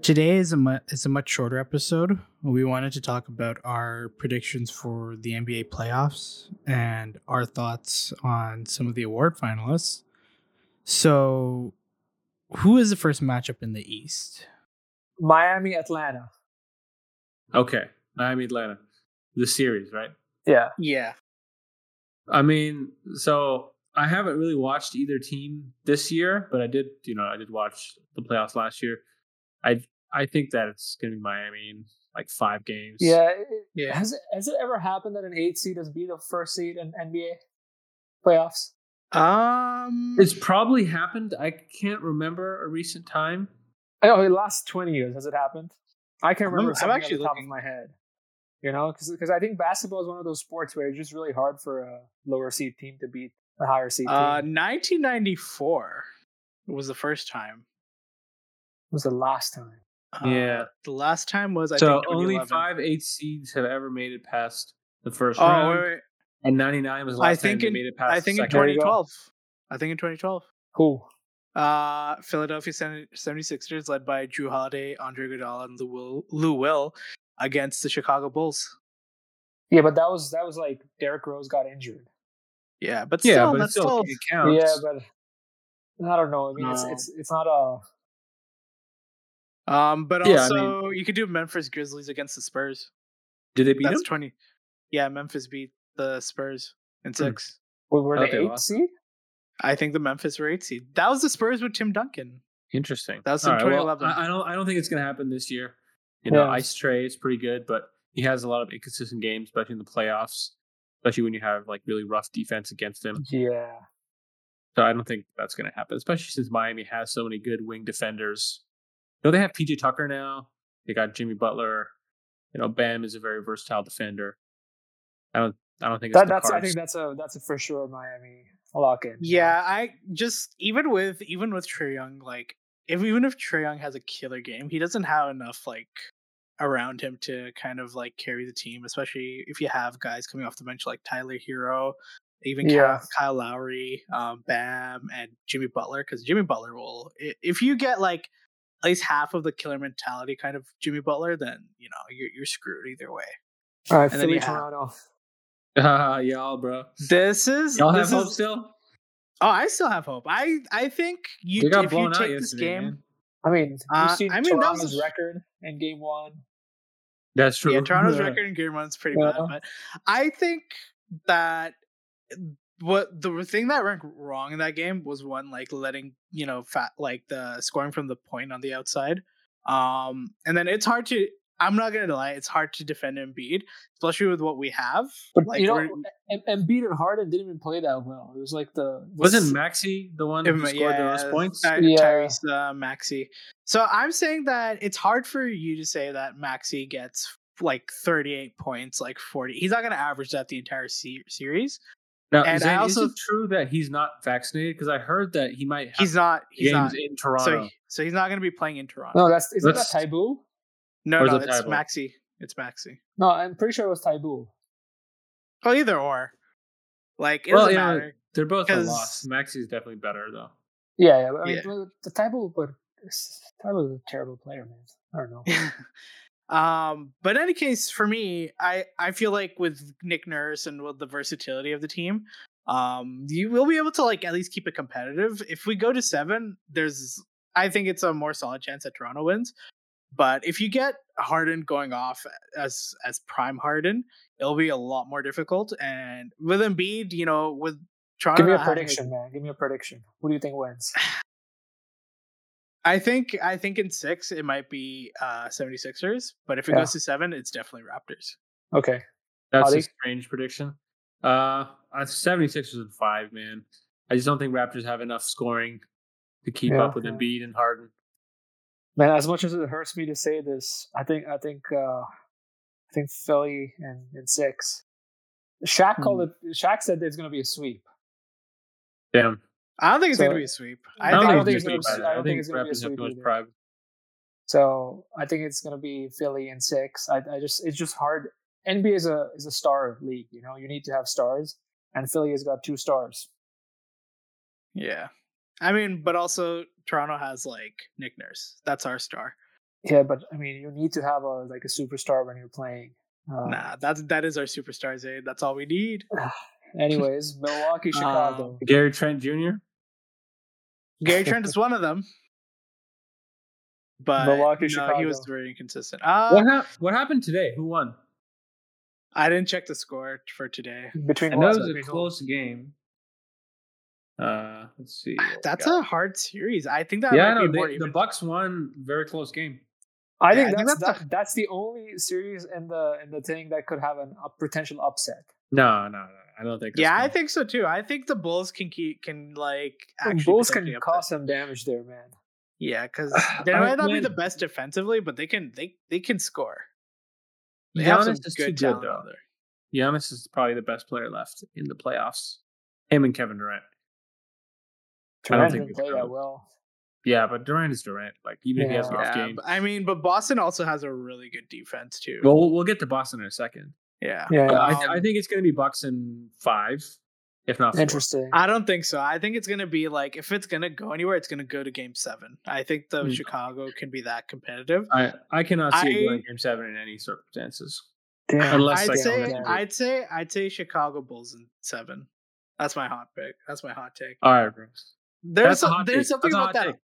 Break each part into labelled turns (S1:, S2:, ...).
S1: Today is a mu- is a much shorter episode. We wanted to talk about our predictions for the NBA playoffs and our thoughts on some of the award finalists. So, who is the first matchup in the East?
S2: Miami, Atlanta.
S3: Okay, Miami, Atlanta, the series, right?
S2: Yeah.
S1: Yeah.
S3: I mean, so I haven't really watched either team this year, but I did, you know, I did watch the playoffs last year. I I think that it's going to be Miami in like five games.
S2: Yeah. it-
S1: Yeah.
S2: Has it, has it ever happened that an eight seed has beat a first seed in NBA playoffs?
S1: Um
S3: It's probably happened. I can't remember a recent time.
S2: I know the last twenty years has it happened. I can
S1: I'm-
S2: remember
S1: I'm
S2: something
S1: actually
S2: at the top
S1: looking.
S2: of my head. You know, because I think basketball is one of those sports where it's just really hard for a lower seed team to beat a higher seed team.
S1: uh 1994 was the first time.
S2: it was the last time.
S1: Uh,
S3: Yeah.
S1: The last time was I
S3: so
S1: think
S3: only
S1: 2011.
S3: five eight seeds have ever made it past the first
S1: Oh,
S3: round,
S1: wait, wait.
S3: and ninety nine was the
S1: I
S3: last
S1: think
S3: time
S1: in-
S3: they made it past.
S1: I think
S3: the
S1: in
S3: second.
S2: There you go.
S1: 2012. I think in 2012.
S2: Who?
S1: Uh, Philadelphia 70- 76ers, led by Drew Holiday, Andre Iguodala, and Lou Will, Lou Will against the Chicago Bulls.
S2: Yeah, but that was that was like Derrick Rose got injured.
S1: Yeah, but
S3: Yeah,
S1: still,
S3: but it
S1: that's
S3: still,
S1: still.
S3: it counts.
S2: Yeah, but I don't know. I mean, it's
S3: No.
S2: it's it's not a
S1: Um, but
S3: Yeah, I
S1: also, you could do Memphis Grizzlies against the Spurs.
S3: Did they beat
S1: That's
S3: them?
S1: 20. Yeah, Memphis beat the Spurs in
S3: Hmm.
S1: six.
S2: we were the
S3: Okay,
S2: eighth
S3: well.
S2: seed.
S1: I think the Memphis were eight seed. That was the Spurs with Tim Duncan.
S3: Interesting.
S1: That was
S3: All
S1: in
S3: right, well,
S1: 2011.
S3: I, I don't. I don't think it's going to happen this year. You know,
S2: Yeah.
S3: Ice Tray is pretty good, but he has a lot of inconsistent games, especially in the playoffs, especially when you have like really rough defense against him.
S2: Yeah,
S3: So I don't think that's going to happen, especially since Miami has so many good wing defenders. You know, they have PJ Tucker now. They got Jimmy Butler. You know, Bam is a very versatile defender. I don't. I don't think it's
S2: that,
S3: the
S2: that's I
S3: cards.
S2: think that's a that's a for sure Miami lock in.
S1: Yeah, I just even with even with Trey Young, like if even if Trey Young has a killer game, he doesn't have enough like around him to kind of like carry the team, especially if you have guys coming off the bench like Tyler Hero, even
S2: Yeah.
S1: Kyle, Kyle Lowry, um, Bam, and Jimmy Butler, because Jimmy Butler will i- if you get like at least half of the killer mentality kind of Jimmy Butler, then you know you're you're screwed either way.
S2: All right,
S1: And then
S2: Philly,
S1: you have-
S2: Toronto.
S3: Ah, y'all, bro.
S1: This is
S3: Y'all have
S1: this
S3: hope
S1: is-
S3: still.
S1: oh, I still have hope. I I think you
S3: They got
S1: if you
S3: blown out
S1: take this
S3: yesterday.
S1: game.
S3: man.
S2: I mean,
S1: Uh,
S2: you've seen
S1: I mean, that was
S2: Toronto's
S1: a-
S2: record in game one.
S3: That's true.
S1: Yeah, Toronto's record in game one's pretty bad,
S2: Yeah.
S1: but I think that eh, what the thing that went wrong in that game was one like letting you know fat like the scoring from the point on the outside, um, and then it's hard to. I'm not gonna lie, it's hard to defend Embiid, especially with what we have.
S2: But
S1: Like,
S2: you know,
S1: we're-
S2: and, and Beat and Harden didn't even play that well. It was like the, the
S3: Wasn't Maxi the one who scored the most points?
S1: Ty-
S2: Yeah.
S1: Tyrese uh, Maxi. So I'm saying that it's hard for you to say that Maxi gets like 38 points, like 40. He's not going to average that the entire se- series.
S3: Now,
S1: and I
S3: Zane,
S1: also-
S3: is it true that he's not vaccinated? Because I heard that he might have
S1: He's not. He's
S3: games
S1: not.
S3: in Toronto.
S1: So, so he's not going to be playing in Toronto.
S2: No, that's isn't
S3: Let's-
S2: that Taibu?
S1: No,
S3: Or is
S1: no,
S3: it
S1: it's
S3: Taibo?
S1: Maxi. It's Maxi.
S2: No, I'm pretty sure it was Taibu.
S1: Well, either or. Like it
S3: Well,
S1: doesn't
S3: yeah,
S1: matter.
S3: They're both a
S1: 'Cause-
S3: loss. Maxi's definitely better though.
S2: Yeah, yeah. I mean,
S1: Yeah.
S2: well, the Taibu, but Taibu's a terrible player, man. I don't know.
S1: um, but in any case, for me, I I feel like with Nick Nurse and with the versatility of the team, um, you will be able to like at least keep it competitive. If we go to seven, there's I think it's a more solid chance that Toronto wins. But if you get Harden going off as as prime Harden, it'll be a lot more difficult. And with Embiid, you know, with Toronto,
S2: Give me a
S1: not having
S2: prediction, man. Give me a prediction. Who do you think wins?
S1: I think I think in six it might be uh 76ers, but if it
S2: Yeah.
S1: goes to seven, it's definitely Raptors.
S2: Okay.
S3: That's
S2: Howdy.
S3: a strange prediction. Uh, uh, 76ers in five, man. I just don't think Raptors have enough scoring to keep
S2: Yeah.
S3: up with Embiid and Harden.
S2: Man, as much as it hurts me to say this, I think I think uh I think Philly and, and six. Shaq called
S3: Mm-hmm.
S2: it Shaq said there's gonna be a sweep.
S3: Damn,
S1: I don't think it's
S2: So-
S1: gonna be a sweep.
S3: I
S1: I,
S3: don't,
S1: think,
S3: think, it's
S2: gonna
S3: gonna be
S2: be-
S3: bad. I don't think,
S2: gonna be a
S3: Raptors have
S2: sweep
S3: too much
S2: either.
S3: pride.
S2: So I think it's gonna be Philly and six. I, I just it's just hard. NBA is a is a star league, you know, you need to have stars. And Philly has got two stars.
S1: yeah. I mean, but also Toronto has like Nick Nurse. That's our star.
S2: Yeah, but I mean, you need to have a like a superstar when you're playing. Uh,
S1: Nah, that's that is our superstar Zaid. That's all we need.
S2: Anyways, Milwaukee, Chicago.
S3: Uh, Gary Trent Jr.
S1: Gary Trent is one of them. But
S2: Milwaukee,
S1: no, he was
S2: Chicago.
S1: very inconsistent. Uh,
S3: What, hap- what happened today? Who won?
S1: I didn't check the score for today.
S2: between
S3: I know it
S2: Los
S3: was a
S2: Angeles.
S3: close game. Uh, let's see.
S1: That's a hard series. I think that
S3: yeah. I
S1: might
S3: know
S1: be more
S3: they, the
S1: even.
S3: Bucks won very close game.
S2: I
S1: Yeah,
S2: think
S1: I think
S2: that's
S1: that's
S2: that, that's the only series in the in the thing that could have an up, potential upset.
S3: No, no, no. I don't think. that's
S1: yeah, I
S3: gonna-
S1: think so too. I think the Bulls can keep can like actually
S2: Bulls can
S1: potentially upset.
S2: cause some damage there, man.
S1: Yeah, because
S3: I
S1: they might not be
S3: mean-
S1: the best defensively, but they can they they can score. They have some
S3: Giannis is too good
S1: talent
S3: though.
S1: out there.
S3: Giannis is probably the best player left in the playoffs. Him and Kevin Durant. I don't
S2: Durant
S3: think
S2: didn't
S3: they
S2: play
S3: could.
S2: that well.
S3: Yeah, but Durant is Durant. Like even if he has an
S2: Yeah.
S3: off
S1: Yeah,
S3: game.
S1: but- I mean, but Boston also has a really good defense too.
S3: Well, we'll we'll get to Boston in a second.
S1: yeah.
S2: Yeah,
S3: Uh, I,
S1: Um,
S3: I think it's going to be Bucks in five, if not four.
S2: interesting.
S1: I don't think so. I think it's gonna be like if it's gonna go anywhere, it's gonna go to Game Seven. I think the
S3: Hmm.
S1: Chicago can be that competitive.
S3: I, I cannot see it
S1: I-
S3: going game seven in any circumstances.
S2: Damn.
S3: Unless-
S1: I'd
S3: like,
S1: say
S2: Orlando.
S1: I'd say I'd say Chicago Bulls in seven. That's my hot pick. That's my hot take.
S3: All right, bro.
S1: There's
S3: Uh, That's a
S1: some-
S3: hot
S1: there's
S3: take.
S1: something
S3: That's a
S1: about
S3: hot
S1: that.
S3: take.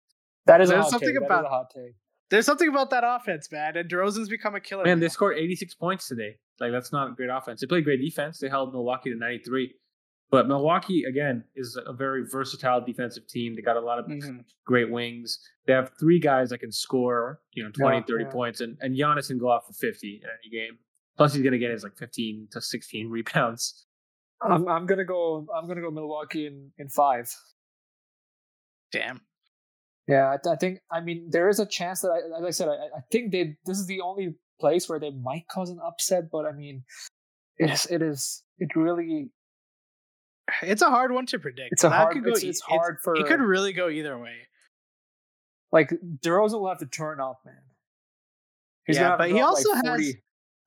S2: that is a
S1: there's
S2: hot
S1: something
S2: take. That
S1: about-
S2: is a hot take.
S1: There's something about that offense, man. And DeRozan's become a killer.
S3: Man, they
S1: now.
S3: scored 86 points today. Like that's not great offense. They played great defense. They held Milwaukee to 93. But Milwaukee again is a very versatile defensive team. They got a lot of
S2: Mm-hmm.
S1: Mhm.
S3: great wings. They have three guys that can score, you know, 20,
S2: Yeah,
S3: 30
S2: yeah.
S3: points and and Giannis can go off for 50 in any game. Plus he's going to get his like 15 to 16 rebounds.
S2: I'm I'm gonna go. I'm gonna go Milwaukee in in five.
S1: Damn.
S2: Yeah, I, th- I think. I mean, there is a chance that, I, as I said, I, I think they. This is the only place where they might cause an upset. But I mean, it is. It is. It really.
S1: It's a hard one to predict.
S2: It's a
S1: That
S2: hard.
S1: could go
S2: It's,
S1: e-
S2: it's hard for.
S1: It could really go either way.
S2: like DeRozan will have to turn up, man.
S1: Yeah,
S2: gonna have to
S1: but
S2: go
S1: he
S2: up,
S1: also has-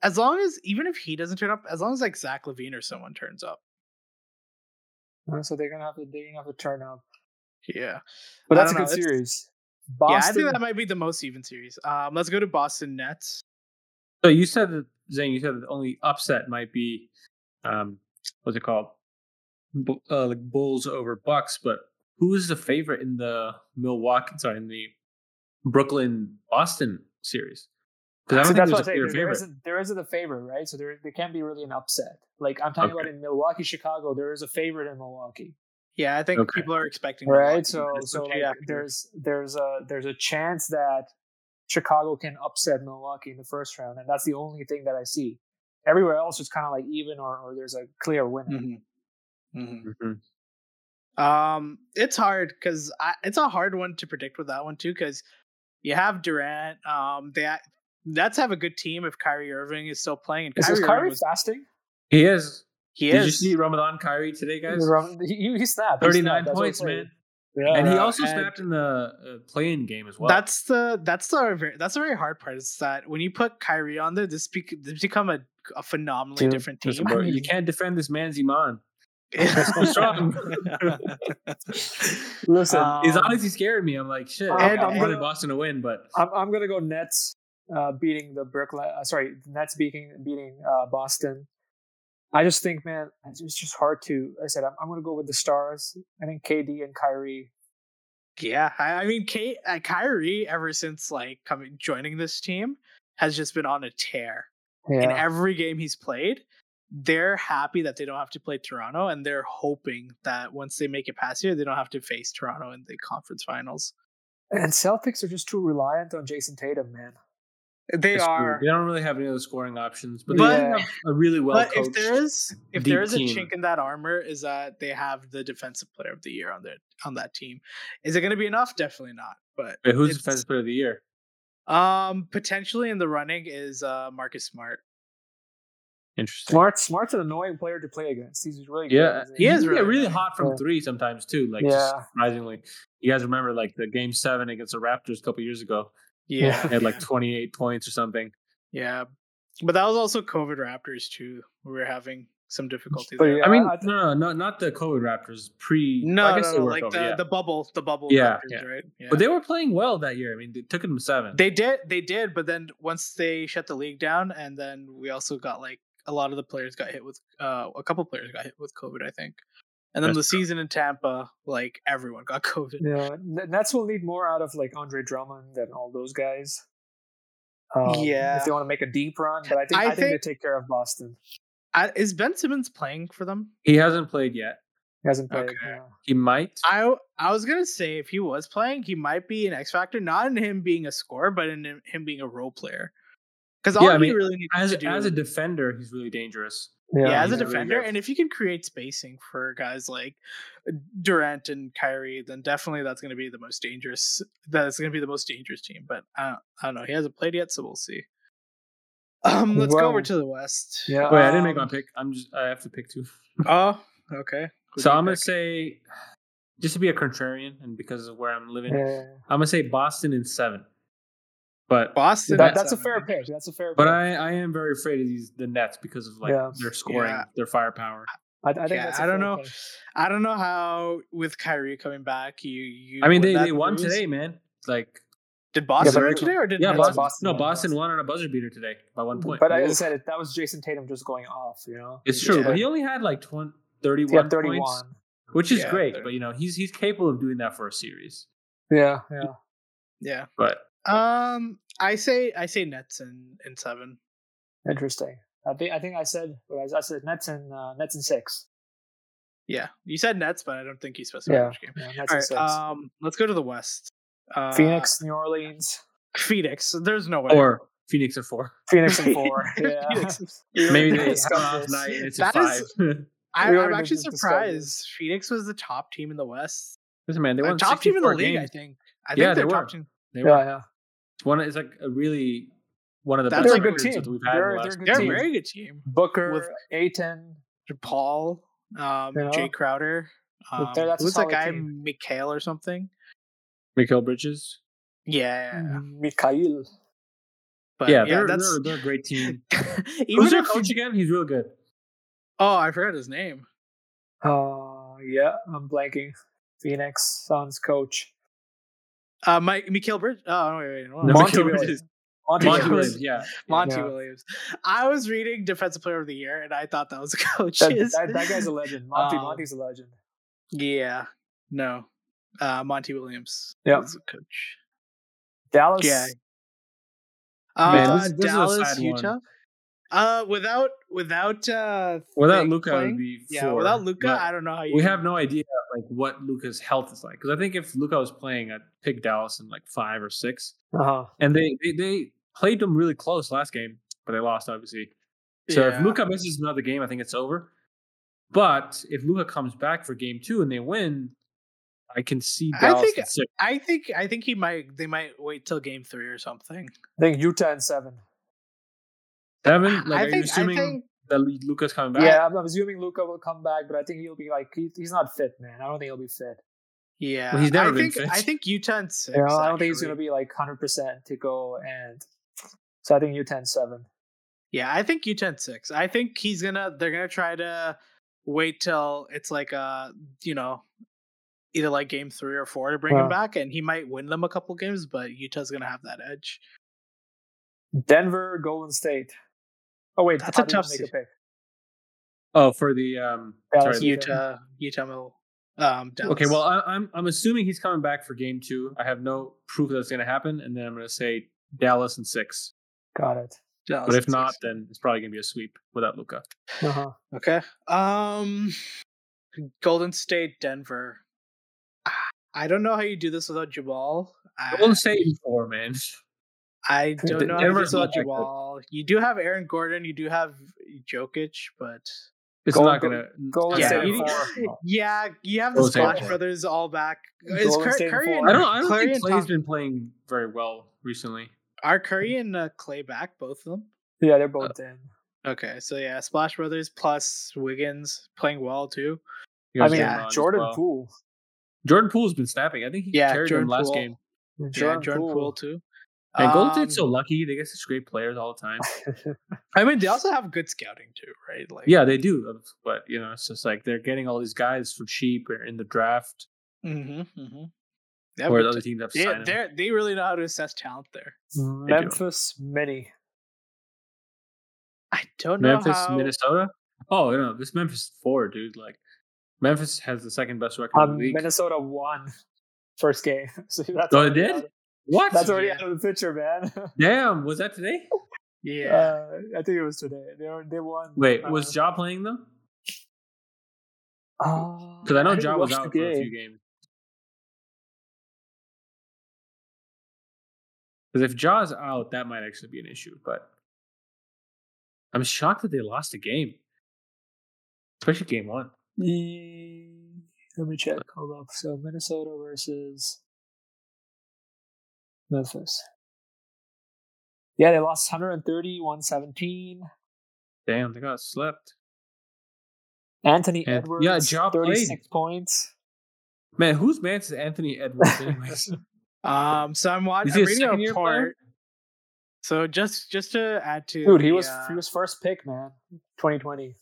S1: As long as, even if he doesn't turn up, as long as like Zach Levine or someone turns up.
S2: Uh, So they're gonna have to. They're gonna have to turn up.
S1: Yeah.
S2: But
S1: I
S2: that's a
S1: don't
S2: good
S1: know, it's-
S2: series.
S1: Yeah, I
S2: Boston.
S1: think that might be the most even series. Um, let's go to Boston Nets.
S3: So you said that Zane, you said that the only upset might be um what's it called? Bu- uh, like Bulls over Bucks, but who is the favorite in the Milwaukee sorry, in the Brooklyn Boston series? Because
S2: So
S3: I don't
S2: that's what I'm saying.
S3: think there's a
S2: There,
S3: clear
S2: there,
S3: favorite.
S2: isn't, there isn't a favorite, right? So there, there can be really an upset. Like I'm talking
S3: Okay.
S2: about in Milwaukee, Chicago, there is a favorite in Milwaukee,
S1: Yeah, I think
S3: Okay.
S1: people are expecting Milwaukee,
S2: right? So
S1: but it's
S2: so
S1: okay
S2: like,
S1: after-
S2: there's there's a there's a chance that Chicago can upset Milwaukee in the first round, and that's the only thing that I see. Everywhere else, it's kind of like even or, or there's a clear winner.
S1: Mhm. Mhm.
S3: Mhm.
S1: Um, it's hard because it's a hard one to predict with that one too because you have Durant. Um, they Nets have a good team if Kyrie Irving is still playing. And
S2: Is
S1: Kyrie,
S2: this
S1: Irving
S2: Kyrie
S1: was-
S2: fasting?
S3: He is.
S1: he
S3: Did
S1: is.
S3: you see Ramadan Kyrie today, guys?
S2: He, he snapped. He
S3: 39
S2: snapped, that's what
S3: points,
S2: I'm saying.
S3: man.
S2: Yeah.
S3: and he
S1: Yeah,
S3: also
S1: and-
S3: snapped in the uh, play-in game as well.
S1: That's the that's the ver- that's the very hard part is that when you put Kyrie on there, this, bec- this become a, a phenomenally
S2: Dude,
S1: different
S3: Listen,
S1: team.
S3: bro, you can't defend this man's Iman. so strong.
S1: Listen,
S2: Listen,
S3: He's honestly scared me. I'm like, shit.
S2: And-
S3: I wanted
S2: and-
S3: Boston to win, but
S2: I'm, I'm gonna go Nets uh, beating the Brooklyn. Uh, sorry, Nets beating beating uh, Boston. I just think, man, it's just- just hard to. I said I'm, I'm gonna go with the stars. I think KD and Kyrie.
S1: yeah, I, I mean, Kate, uh, Kyrie ever since like coming joining this team has just been on a tear. in
S2: Yeah,
S1: every game he's played. They're happy that they don't have to play Toronto, and they're hoping that once they make it past here, they don't have to face Toronto in the conference finals.
S2: and Celtics are just too reliant on Jason Tatum, man.
S1: They
S3: That's true.
S1: are,
S3: They don't really have any other scoring options, but,
S1: But-
S3: they do have a really well
S1: but
S3: coached.
S1: if there is if
S3: deep
S1: there is a
S3: team.
S1: chink in that armor, is that they have the defensive player of the year on their on that team. Is it going to be enough? Definitely not. But
S3: Wait, who's
S1: it's-
S3: defensive player of the year?
S1: um potentially in the running is uh Marcus Smart.
S3: Interesting.
S2: Smart, Smart's an annoying player to play against. He's really good.
S3: Yeah,
S2: isn't
S1: He is
S3: yeah, really,
S1: really good.
S3: hot from
S2: Yeah.
S3: three sometimes too. Like just
S2: Yeah.
S3: surprisingly, you guys remember like the game seven against the Raptors a couple years ago?
S1: Yeah,
S3: They had like 28 points or something.
S1: yeah. But that was also COVID Raptors too. We were having some difficulty
S2: But
S1: there.
S2: yeah,
S3: I mean,
S2: I-
S3: no, no, no, not the COVID Raptors. Pre,
S1: No,
S3: I guess
S1: no,
S3: they
S1: no,
S3: were
S1: like
S3: COVID,
S1: the,
S3: yeah.
S1: the bubble, the bubble.
S3: Yeah,
S1: Raptors,
S3: yeah.
S1: right. Yeah.
S3: but they were playing well that year. I mean, it took them seven.
S1: They did. They did. But then once they shut the league down, and then we also got like a lot of the players got hit with uh, a couple players got hit with COVID, I think. And then
S3: That's
S1: the season in Tampa, like everyone got COVID.
S2: Yeah, N- Nets will need more out of like Andre Drummond than all those guys. um,
S1: Yeah.
S2: if they want to make a deep run, but I think
S1: I
S2: I, think,
S1: think-
S2: they take care of Boston.
S1: I, is Ben Simmons playing for them?
S3: he hasn't played yet.
S2: He hasn't played.
S1: Okay.
S2: yeah.
S3: He might.
S1: I I was gonna say if he was playing, he might be an X factor, not in him being a scorer, but in him- him being a role player. Because all
S3: Yeah, I
S1: he
S3: mean,
S1: really needs
S3: as
S1: to do
S3: as a defender, he's really dangerous.
S1: yeah, as
S3: he's
S1: a
S3: really
S1: defender,
S3: good.
S1: and if you can create spacing for guys like uh, Durant and Kyrie, then definitely that's going to be the most dangerous. That's going to be the most dangerous team. But I don't, I don't know. He hasn't played yet, so we'll see. Um, let's go over
S2: Well,
S1: to the West.
S2: yeah.
S3: Wait, I didn't make my
S1: Um,
S3: pick. I'm just I have to pick two.
S1: Oh, okay. Who
S3: So
S1: do you
S3: I'm gonna
S1: pick?
S3: say, just to be a contrarian, and because of where I'm living,
S2: Yeah.
S3: I'm gonna say Boston in seven. But
S1: Boston.
S2: That,
S1: at
S2: that's a
S1: seven.
S2: fair pick. That's a fair.
S3: but
S2: pick.
S3: I, I am very afraid of these the Nets because of like
S2: Yeah.
S3: their scoring,
S1: Yeah.
S3: their firepower.
S2: I, I think
S1: Yeah,
S2: that's a
S1: I don't
S2: fair
S1: know.
S2: pick.
S1: I don't know how with Kyrie coming back, you you.
S3: I
S1: win
S3: mean, they,
S1: that
S3: they won
S1: series.
S3: today, man. Like
S1: Did Boston
S2: but-
S1: win today or did
S3: yeah,
S1: Nets win?
S3: Boston,
S2: Boston
S3: no
S2: won.
S3: Boston won on a buzzer beater today by one point.
S2: But as I
S3: Oof.
S2: said, it, that was Jason Tatum just going off. You know,
S3: it's true.
S1: yeah.
S3: But he only had like 20, 31
S2: yeah, thirty-one.
S3: points, which is
S1: Yeah,
S3: great.
S1: thirty.
S3: But you know he's he's capable of doing that for a series.
S2: Yeah, yeah.
S1: Yeah.
S3: But
S1: Um, I say I say Nets in in seven.
S2: Interesting. I think I think I said what I, I said Nets and uh, Nets and six.
S1: Yeah, you said Nets, but I don't think you specified which game.
S2: Yeah, Nets
S1: All
S2: and
S1: right,
S2: six.
S1: um, let's go to the West. Uh,
S2: Phoenix, New Orleans,
S1: Phoenix. There's no way.
S3: or Phoenix at four.
S2: Phoenix and four. yeah.
S1: Phoenix is-
S2: Yeah.
S3: Maybe they have an off
S2: Discuss
S3: night and it's a
S1: That
S3: five.
S1: is- I,
S2: We
S1: I'm
S2: already
S1: actually
S2: discussed this.
S1: surprised. Phoenix was the top team in the West.
S3: Listen, man, they
S1: Uh,
S3: won
S1: top team in the
S3: 64
S1: league, I
S3: games.
S1: think. I think
S3: Yeah,
S1: they're
S3: they
S1: top
S3: were.
S1: team.
S3: They
S2: Yeah,
S3: were-
S2: yeah.
S3: It's one. It's like a really one of the
S1: That's
S3: best
S1: a good
S3: records
S2: team.
S3: that we've had.
S2: They're-
S3: in the
S2: they're
S3: last
S2: good
S1: They're a
S2: team.
S1: very good team.
S2: Booker,
S1: With-
S2: Aiton.
S1: Paul, um,
S2: Yeah.
S1: Jay Crowder. Um,
S2: they're- that's a
S1: who's that
S2: solid
S1: guy?
S2: team.
S1: Mikhail or something.
S3: Mikal Bridges.
S1: Yeah,
S2: Mikhail.
S1: but
S3: Mm-hmm. Yeah,
S1: yeah,
S3: they're,
S1: that's.
S3: they're, they're a great team.
S1: Even
S3: Who's their
S1: if-
S3: coach again? He's real good.
S1: Oh, I forgot his name.
S2: Uh, yeah, I'm blanking. Phoenix Suns coach.
S1: Uh, Mike Mikhail Bridges. Oh, wait, wait, wait.
S2: Monty
S3: No, Mikal
S2: Williams.
S3: Bridges.
S2: Monty
S3: Monty
S2: Williams.
S3: Williams, Yeah.
S1: Monty
S2: Yeah.
S1: Williams. I was reading Defensive Player of the Year, and I thought that was a coach.
S2: That, that, that guy's a legend. Monty
S1: Um,
S2: Monty's a legend.
S1: yeah, no, uh, Monty Williams.
S2: Yeah.
S1: was a coach.
S2: Dallas.
S1: Yeah. Uh,
S3: Man, this- this is a
S1: Dallas,
S3: sad one.
S1: Utah. Uh, without without uh
S3: Without
S1: Thing
S3: Luca, it
S1: playing?
S3: would be
S1: yeah,
S3: four.
S1: without Luca,
S3: But
S1: I don't know how you.
S3: we have no idea like what Luca's health is like. Because I think if Luca was playing, I'd pick Dallas in like five or six.
S2: Uh-huh.
S3: And they they, they played them really close last game, but they lost obviously. So
S1: Yeah.
S3: if Luca misses another game, I think it's over. But if Luca comes back for game two and they win, I can see
S1: I
S3: Dallas.
S1: think-
S3: in six.
S1: I think I think he might. They might wait till game three or something.
S2: I think Utah and seven.
S3: Seven. Like,
S1: I
S3: are
S1: think.
S3: you assuming
S1: I think.
S3: that Lu- Luca's coming back?
S2: Yeah, I'm, I'm assuming Luca will come back, but I think he'll be like he, he's not fit, man. I don't think he'll be fit.
S1: Yeah,
S3: Well, he's never
S1: I
S3: been
S1: think
S3: fit.
S1: I think Utah and six.
S2: You know, I don't think he's
S1: actually.
S2: gonna be like hundred percent to go and so I think Utah and seven.
S1: Yeah, I think Utah and six. I think he's gonna. They're gonna try to wait till it's like uh you know, either like game three or four to bring
S2: Huh.
S1: him back, and he might win them a couple games, but Utah's gonna have that edge.
S2: Denver, Golden State. Oh wait,
S1: That's
S2: how
S1: a
S2: do you
S1: tough
S2: make a
S1: se-
S2: pick.
S3: Oh, for the um.
S2: Dallas,
S3: sorry,
S2: Utah.
S1: Utah, Utah will. Um, Dallas.
S3: Okay, well, I, I'm I'm assuming he's coming back for game two. I have no proof that's going to happen, and then I'm going to say Dallas and six.
S2: Got it.
S1: Dallas
S3: But if
S1: and
S3: not,
S1: six.
S3: then it's probably going to be a sweep without Luca.
S2: Uh-huh.
S1: okay. Um, Golden State, Denver. Ah, I don't know how you do this without Jabal. I,
S3: Golden State in four, man.
S1: I don't know how you do
S3: Denver's
S1: this without
S3: not that good.
S1: Jabal. You do have Aaron Gordon. You do have Jokic, but
S3: It's
S2: Golden-
S3: not going to.
S2: Golden
S1: Yeah.
S2: State
S1: you-
S2: in four.
S1: Yeah, you have the
S3: Golden State
S1: Splash
S3: four.
S1: Brothers all back.
S2: Golden
S1: Is Cur-
S2: State
S1: Curry
S2: four.
S1: and,
S3: I don't. I don't
S1: Clay
S3: think
S1: and
S3: Clay's
S1: Tom-
S3: been playing very well recently.
S1: are Curry and uh, Clay back? Both of them.
S2: Yeah, they're
S1: Uh,
S2: both in.
S1: Okay, so yeah, Splash Brothers plus Wiggins playing well too.
S3: He
S2: I
S3: was
S2: mean
S3: doing well as
S2: Jordan
S3: well.
S2: Poole.
S3: Jordan Poole's been snapping. I think he
S1: Yeah,
S3: carried
S1: Jordan
S3: him last
S1: Poole.
S3: game.
S1: Jordan, yeah, Jordan Poole. too.
S3: And Golden
S1: Um,
S3: State's so lucky; they get such great players all the time.
S1: I mean, they also have good scouting too, right? Like,
S3: yeah, they do, uh, but you know, it's just like they're getting all these guys for cheap or in the draft,
S1: hmm hmm
S3: or the other teams have
S1: yeah,
S3: signed them.
S1: they they really know how to assess talent there.
S2: Memphis many.
S1: I don't know
S3: Memphis,
S1: how.
S3: Minnesota. Oh no, this Memphis is four, dude. Like Memphis has the second best record in
S2: Um,
S3: the league.
S2: Minnesota won first game. So that's
S3: Oh, it
S2: already
S3: did?
S2: out of-
S3: what?
S2: That's already
S1: Yeah.
S2: out of the picture, man.
S3: Damn, was that today?
S1: Yeah,
S2: Uh, I think it was today. They were, they won.
S3: Wait,
S2: uh,
S3: was Ja playing though?
S2: oh,
S3: Because I know
S2: didn't
S3: Ja was
S2: watch
S3: out
S2: the
S3: for a few
S2: game.
S3: games. Because if Ja's out, that might actually be an issue. But I'm shocked that they lost a game, especially game one.
S2: Ye- Let me check. Hold up. So Minnesota versus Memphis. Yeah, they lost 130, 117.
S3: Damn, they got slept.
S2: Anthony
S3: And-
S2: Edwards,
S3: yeah, Ja played.
S2: 36 points.
S3: Man, whose man is Anthony Edwards, anyways?
S1: Um, so I'm watching.
S3: uh, Is
S1: I'm
S3: he
S1: reading
S3: a
S1: a
S3: second-year player?
S1: report. So just just to add to
S2: Dude, he
S1: the,
S2: was
S1: uh,
S2: he was first pick, man. 2020.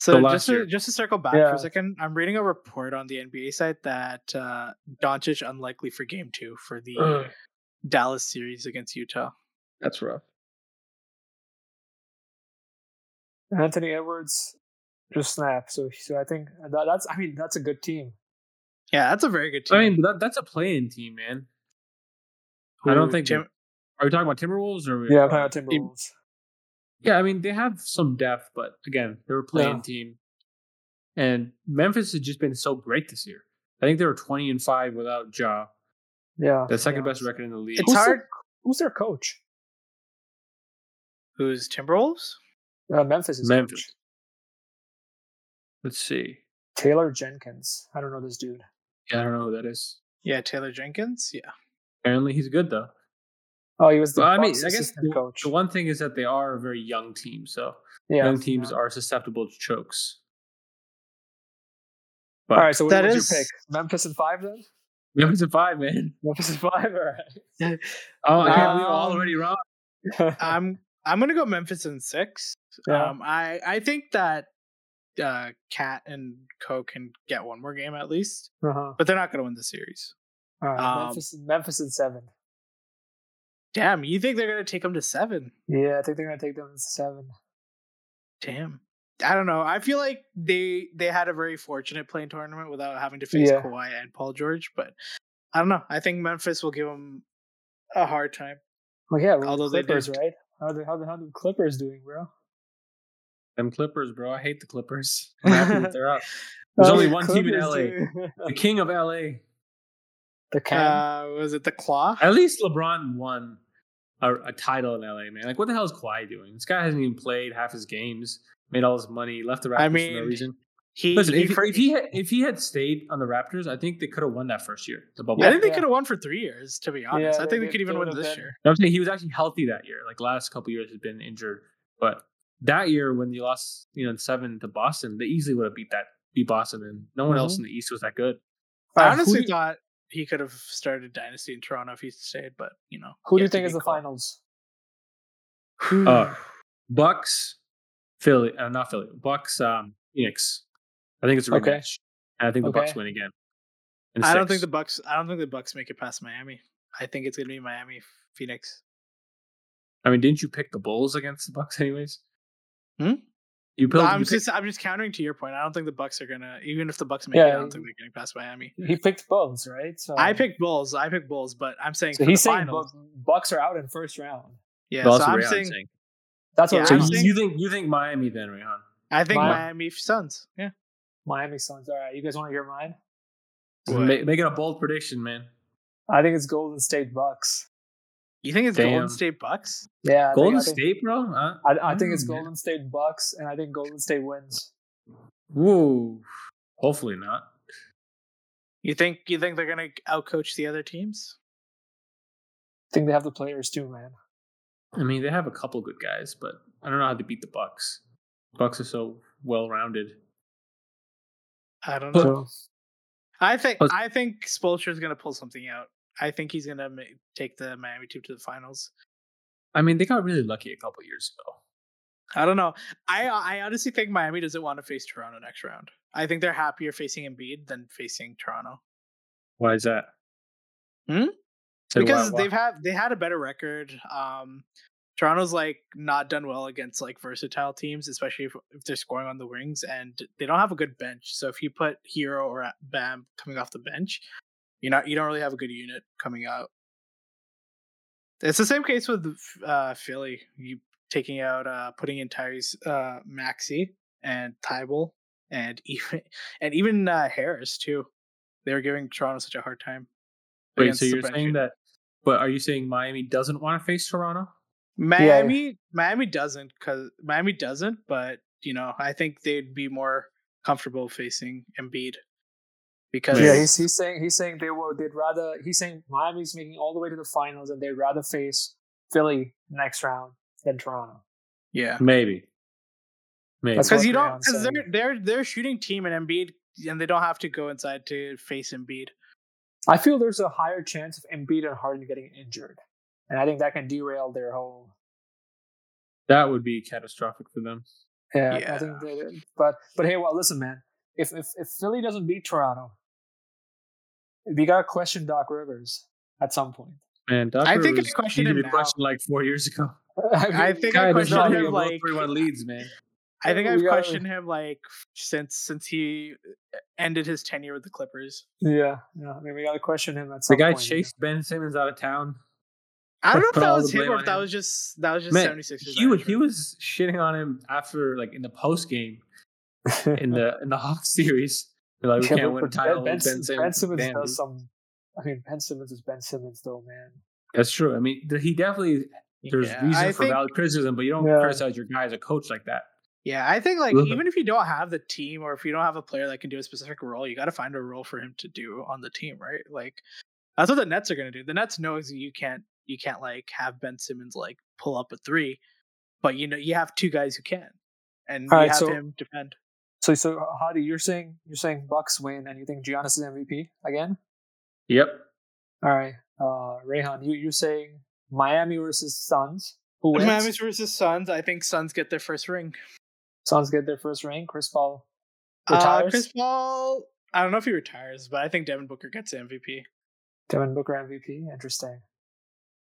S3: So
S1: so
S3: last
S1: just to,
S3: year.
S1: just to circle back
S2: Yeah.
S1: for a second. I'm reading a report on the NBA site that uh, Doncic unlikely for Game Two for the
S3: Ugh,
S1: Dallas series against Utah.
S3: That's rough.
S2: Anthony Edwards just snapped. So so I think that, that's I mean that's a good team.
S1: Yeah, that's a very good team.
S3: I mean, that, that's a playing team, man. I don't
S1: Who-
S3: think.
S1: Tim-
S3: are we talking about Timberwolves or?
S2: Yeah, I'm talking about
S3: It-
S2: Timberwolves.
S3: Yeah, I mean they have some depth, but again, they were a playing
S2: Yeah.
S3: team, and Memphis has just been so great this year. I think they were twenty and five without Ja,
S2: Yeah,
S3: the second best record in the league.
S1: it's
S2: Who's the-
S1: hard.
S2: Who's their coach?
S1: Who's Timberwolves?
S2: Uh, Memphis is
S3: Memphis.
S2: coach.
S3: Let's see.
S2: Taylor Jenkins. I don't know this dude.
S3: Yeah, I don't know who that is.
S1: Yeah, Taylor Jenkins. Yeah.
S3: Apparently, he's good though.
S2: Oh, he was the
S3: Well, I mean,
S2: Bucks
S3: I guess
S2: assistant coach.
S3: The one thing is that they are a very young team, so
S2: yeah,
S3: young teams
S2: yeah.
S3: are susceptible to chokes.
S2: All right, so what
S1: That
S2: was
S1: is-
S2: your pick? Memphis and five then?
S3: Memphis at five, man.
S2: Memphis and five. All
S3: Oh, I can't believe we're all
S1: Um,
S3: already wrong.
S2: right.
S1: I'm I'm gonna go Memphis in six.
S2: Yeah.
S1: Um I I think that uh Cat and Co can get one more game at least,
S2: uh-huh.
S1: but they're not gonna win the series.
S2: All right.
S1: um,
S2: Memphis, Memphis and seven.
S1: Damn, you think they're gonna take them to seven?
S2: Yeah, I think they're gonna take them to seven.
S1: Damn. I don't know. I feel like they they had a very fortunate playing tournament without having to face
S2: Yeah.
S1: Kawhi and Paul George, but I don't know. I think Memphis will give them a hard time.
S2: Well, yeah, we're
S1: Although
S2: Although
S1: they
S2: Clippers,
S1: did-
S2: right? How the how the how the Clippers doing, bro?
S3: Them Clippers, bro. I hate the Clippers. I'm happy that they're up. There's
S2: How
S3: only
S2: the
S3: one team in
S2: Clippers
S3: LA.
S2: doing?
S3: The king of LA.
S2: the Cam.
S1: Uh, was it the Claw?
S3: At least LeBron won a, a title in LA, man. Like, what the hell is Kawhi doing? This guy hasn't even played half his games. Made all his money, left the Raptors
S1: I
S3: for
S1: mean,
S3: no reason.
S1: He,
S3: Listen,
S1: he
S3: if,
S1: fir-
S3: if he had, if he had stayed on the Raptors, I think they could have won that first year, the bubble.
S1: I think they
S2: Yeah.
S1: could have won for three years, to be honest. I
S2: Yeah, they-
S1: think they
S2: they-
S1: could even
S2: they
S1: win
S2: would've
S1: this
S2: been-
S1: year.
S3: I'm saying he was actually healthy that year. Like last couple years, he's been injured, but that year when they lost, you know, in seven to Boston, they easily would have beat that beat Boston, and no one else
S2: Mhm.
S3: in
S1: Mm-hmm.
S3: the East was that good.
S1: I
S2: Uh, who
S1: honestly
S2: do you-
S1: thought he could have started Dynasty in Toronto if he stayed, but you know.
S2: Who do you
S1: yet to
S2: think
S1: be
S2: is the
S1: called.
S2: finals?
S3: Uh, Bucks, Philly, uh, not Philly, Bucks, um, Phoenix. I think it's a rematch,
S2: Okay.
S3: and I think the Bucks
S2: Okay.
S3: win again. in
S1: I don't
S3: six.
S1: think the Bucks. I don't think the Bucks make it past Miami. I think it's gonna be Miami, Phoenix.
S3: I mean, didn't you pick the Bulls against the Bucks, anyways?
S1: Hmm?
S3: You, pill-
S1: I'm
S3: you picked
S1: just I'm just countering to your point. I don't think the Bucks are gonna. Even if the Bucks make it, I
S2: Yeah,
S1: don't think they're getting past Miami.
S2: He picked Bulls, right? So
S1: I picked Bulls. I picked Bulls, but I'm saying
S2: So
S1: for
S2: he's
S1: the
S2: saying
S1: finals.
S2: Bu- Bucks are out in first round.
S1: Yeah,
S3: Well,
S1: so
S3: that's what
S1: I'm
S3: Rayhan's
S1: saying.
S2: That's what
S1: Yeah,
S2: I'm
S3: So
S1: I'm
S3: you,
S1: saying-
S3: you think you think Miami then, Rayhan?
S1: I think
S2: Wow.
S1: Miami Suns. Yeah.
S2: Miami Suns. All right, you guys want to hear mine?
S1: What?
S3: Make, make it a bold prediction, man.
S2: I think it's Golden State Bucks.
S1: You think it's
S3: Damn.
S1: Golden State Bucks?
S2: Yeah, I
S3: Golden
S2: think,
S3: State, bro. Huh?
S2: I think, I, I think it's
S3: Mm, man.
S2: Golden State Bucks, and I think Golden State wins.
S3: Whoa. Hopefully not.
S1: You think you think they're gonna outcoach the other teams?
S2: I think they have the players too, man.
S3: I mean, they have a couple good guys, but I don't know how to beat the Bucks. Bucks are so well rounded.
S1: I don't know.
S3: But-
S2: So,
S1: I think
S3: Plus-
S1: I think Spolster is going to pull something out. I think he's gonna ma- take the Miami team to the finals.
S3: I mean, they got really lucky a couple years ago.
S1: I don't know. I I honestly think Miami doesn't want to face Toronto next round. I think they're happier facing Embiid than facing Toronto
S3: Why is that?
S1: Hmm?
S3: Say why-
S1: because
S3: why-
S1: they've had they had a better record. Um, Toronto's like not done well against like versatile teams, especially if, if they're scoring on the wings, and they don't have a good bench. So if you put Hero or Bam coming off the bench, you know you don't really have a good unit coming out. It's the same case with uh, Philly. You taking out uh, putting in Tyrese uh, Maxi and Tybal and even and even uh, Harris too. They were giving Toronto such a hard time.
S3: Wait,
S1: against
S3: so
S1: the
S3: you're
S1: bench
S3: saying
S1: unit.
S3: that? But are you saying Miami doesn't want to face Toronto?
S1: Miami, Miami doesn't because Miami doesn't, but you know, I think they'd be more comfortable facing Embiid because
S2: Yeah, he's, he's saying he's saying they will they'd rather he's saying Miami's making all the way to the finals and they'd rather face Philly next round than Toronto.
S1: yeah,
S3: Maybe. Maybe.
S2: That's
S1: because
S2: what
S1: you don't
S2: Leon's
S1: because they're
S2: saying.
S1: they're they're shooting team and Embiid, and they don't have to go inside to face Embiid.
S2: I feel there's a higher chance of Embiid and Harden getting injured, and I think that can derail their whole.
S3: That would be catastrophic for them.
S2: Yeah, I
S1: Yeah.
S2: think they, but but hey, well, listen, man, if if if Philly doesn't beat Toronto, we gotta question Doc Rivers at some point.
S3: Man, Doc
S1: I think
S3: Rivers
S1: I questioned
S3: needed
S1: him
S3: to be
S1: now.
S3: questioned like four years ago.
S1: I think
S3: Guy
S1: I
S3: does not
S1: questioned
S3: have
S1: him like
S3: three-one leads, man.
S1: I think
S2: We
S1: I've
S2: gotta-
S1: questioned him like since since he uh, ended his tenure with the Clippers.
S2: yeah, yeah. I mean, we gotta question him at some
S3: The guy
S2: point. you know.
S3: chased Ben Simmons out of town.
S1: I don't know if
S3: Put
S1: that
S3: all
S1: was
S3: the
S1: him
S3: blame
S1: or
S3: on
S1: if that
S3: him.
S1: was just that was just
S3: Man,
S1: 76ers.
S3: he was,
S1: management.
S3: he was shitting on him after like in the post game in the in the Hawks series. They're like we
S2: Yeah, but-
S3: can't win a
S2: but Ben-
S3: title. with
S2: Ben,
S3: Ben,
S2: Simmons-
S3: Simmons,
S2: Ben Simmons
S3: Damn,
S2: does
S3: dude.
S2: some. I mean, Ben Simmons is Ben Simmons, though, man.
S3: That's true. I mean, th- he definitely there's
S1: Yeah,
S3: reason
S1: I
S3: for
S1: think-
S3: valid criticism, but you don't
S2: Yeah.
S3: criticize your guy as a coach like that.
S1: Yeah, I think like
S3: Love it.
S1: even if you don't have the team or if you don't have a player that can do a specific role, you got to find a role for him to do on the team, right? Like that's what the Nets are going to do. The Nets knows you can't you can't like have Ben Simmons like pull up a three, but you know you have two guys who can, and
S2: All
S1: you
S2: right,
S1: have
S2: so-
S1: him defend.
S2: So, so Hadi, you're saying you're saying Bucks win, and you think Giannis is MVP again?
S3: Yep.
S2: All right, uh, Rayhan, you you're saying Miami versus Suns. Who wins?
S1: Miami's versus Suns. I think Suns get their first ring.
S2: Suns get their first ring. Chris Paul retires.
S1: Uh, Chris Paul. I don't know if he retires, but I think Devin Booker gets the MVP.
S2: Devin Booker MVP. Interesting.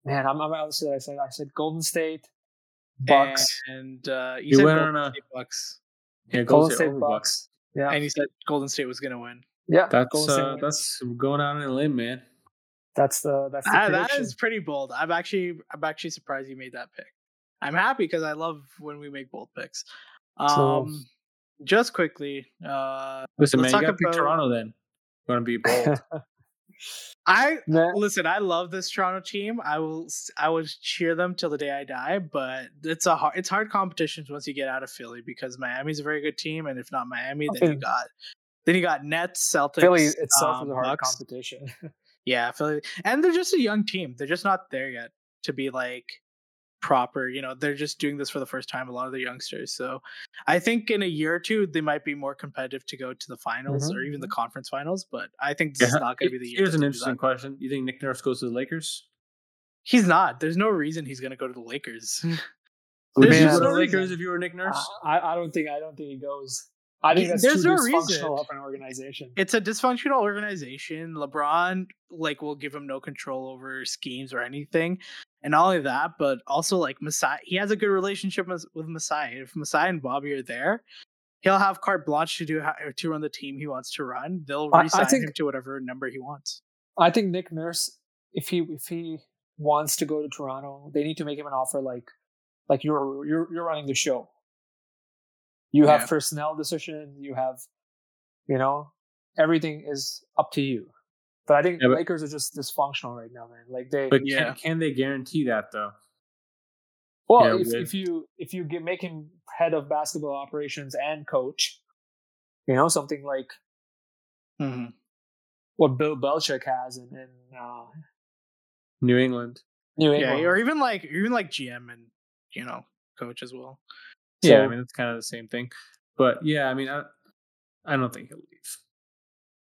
S2: Man, I'm I'm out. I said I said Golden State, Bucks,
S1: and uh, you
S3: You
S1: said
S3: went
S1: Golden
S3: on a-
S1: State Bucks,
S3: Yeah,
S2: Golden
S3: Golden
S2: State
S3: over
S2: Bucks. Yeah,
S1: and you said Golden State was going to win.
S2: yeah.
S3: That's
S2: Golden State
S3: uh,
S2: wins.
S3: that's we're going out on a limb, man.
S2: that's the that's the
S1: Ah, that
S2: prediction.
S1: is pretty bold. I'm actually I'm actually surprised you made that pick. I'm happy because I love when we make bold picks.
S2: So-
S1: Um, just quickly, uh,
S3: Listen,
S1: Let's
S3: man,
S1: talk
S3: you got to pick
S1: about-
S3: Toronto then. Going to be bold.
S1: I
S2: Man,
S1: listen. I love this Toronto team. I will s- I will cheer them till the day I die. But it's a hard it's hard competitions once you get out of Philly because Miami's a very good team, and if not Miami, then you
S2: Okay.
S1: got then you got Nets, Celtics,
S2: Oh, Philly itself
S1: um,
S2: is a hard
S1: Bucks.
S2: competition.
S1: Yeah, Philly, and they're just a young team. They're just not there yet to be like proper. You know, they're just doing this for the first time. A lot of the youngsters. So, I think in a year or two, they might be more competitive to go to the finals or
S2: Mhm,
S1: even the conference finals. But I think this is
S3: Mm-hmm. Yeah.
S1: not going to be the year.
S3: Here's
S1: to
S3: an
S1: do
S3: interesting
S1: that.
S3: question. You think Nick Nurse goes to the Lakers?
S1: He's not. There's no reason he's going to go to the Lakers.
S3: Would
S1: There's
S3: you
S1: just
S3: go to
S1: no
S3: the Lakers
S2: reason.
S3: if you were Nick Nurse?
S1: Ah,
S2: I, I don't think I don't think he goes. I think
S1: Yeah,
S2: that's
S1: there's
S2: too
S1: no
S2: dysfunctional
S1: reason.
S2: of an organization.
S1: it's a dysfunctional organization. LeBron like will give him no control over schemes or anything, and all of that. But also like Masai, he has a good relationship with, with Masai. If Masai and Bobby are there, he'll have carte blanche to do ho- or to run the team he wants to run. They'll
S2: I- I
S1: resign
S2: think-
S1: him to whatever number he wants.
S2: I think Nick Nurse, if he if he wants to go to Toronto, they need to make him an offer like like you're you're you're running the show. You have
S1: Yeah.
S2: personnel decisions. You have, you know, everything is up to you. But I think
S3: Yeah, but-
S2: Lakers are just dysfunctional right now, man. Like they
S3: But
S1: Yeah.
S3: can, can they guarantee that though?
S2: Well,
S3: Yeah,
S2: if,
S3: with-
S2: if you if you give, make him head of basketball operations and coach, you know something like
S1: Mm-hmm.
S2: what Bill Belichick has in, in uh,
S3: New England.
S2: New
S1: Yeah,
S2: England.
S1: or even like even like GM and you know coach as well.
S3: yeah, I
S2: So-
S3: mean it's kind of the same thing. But yeah, I mean I, I don't think he'll leave.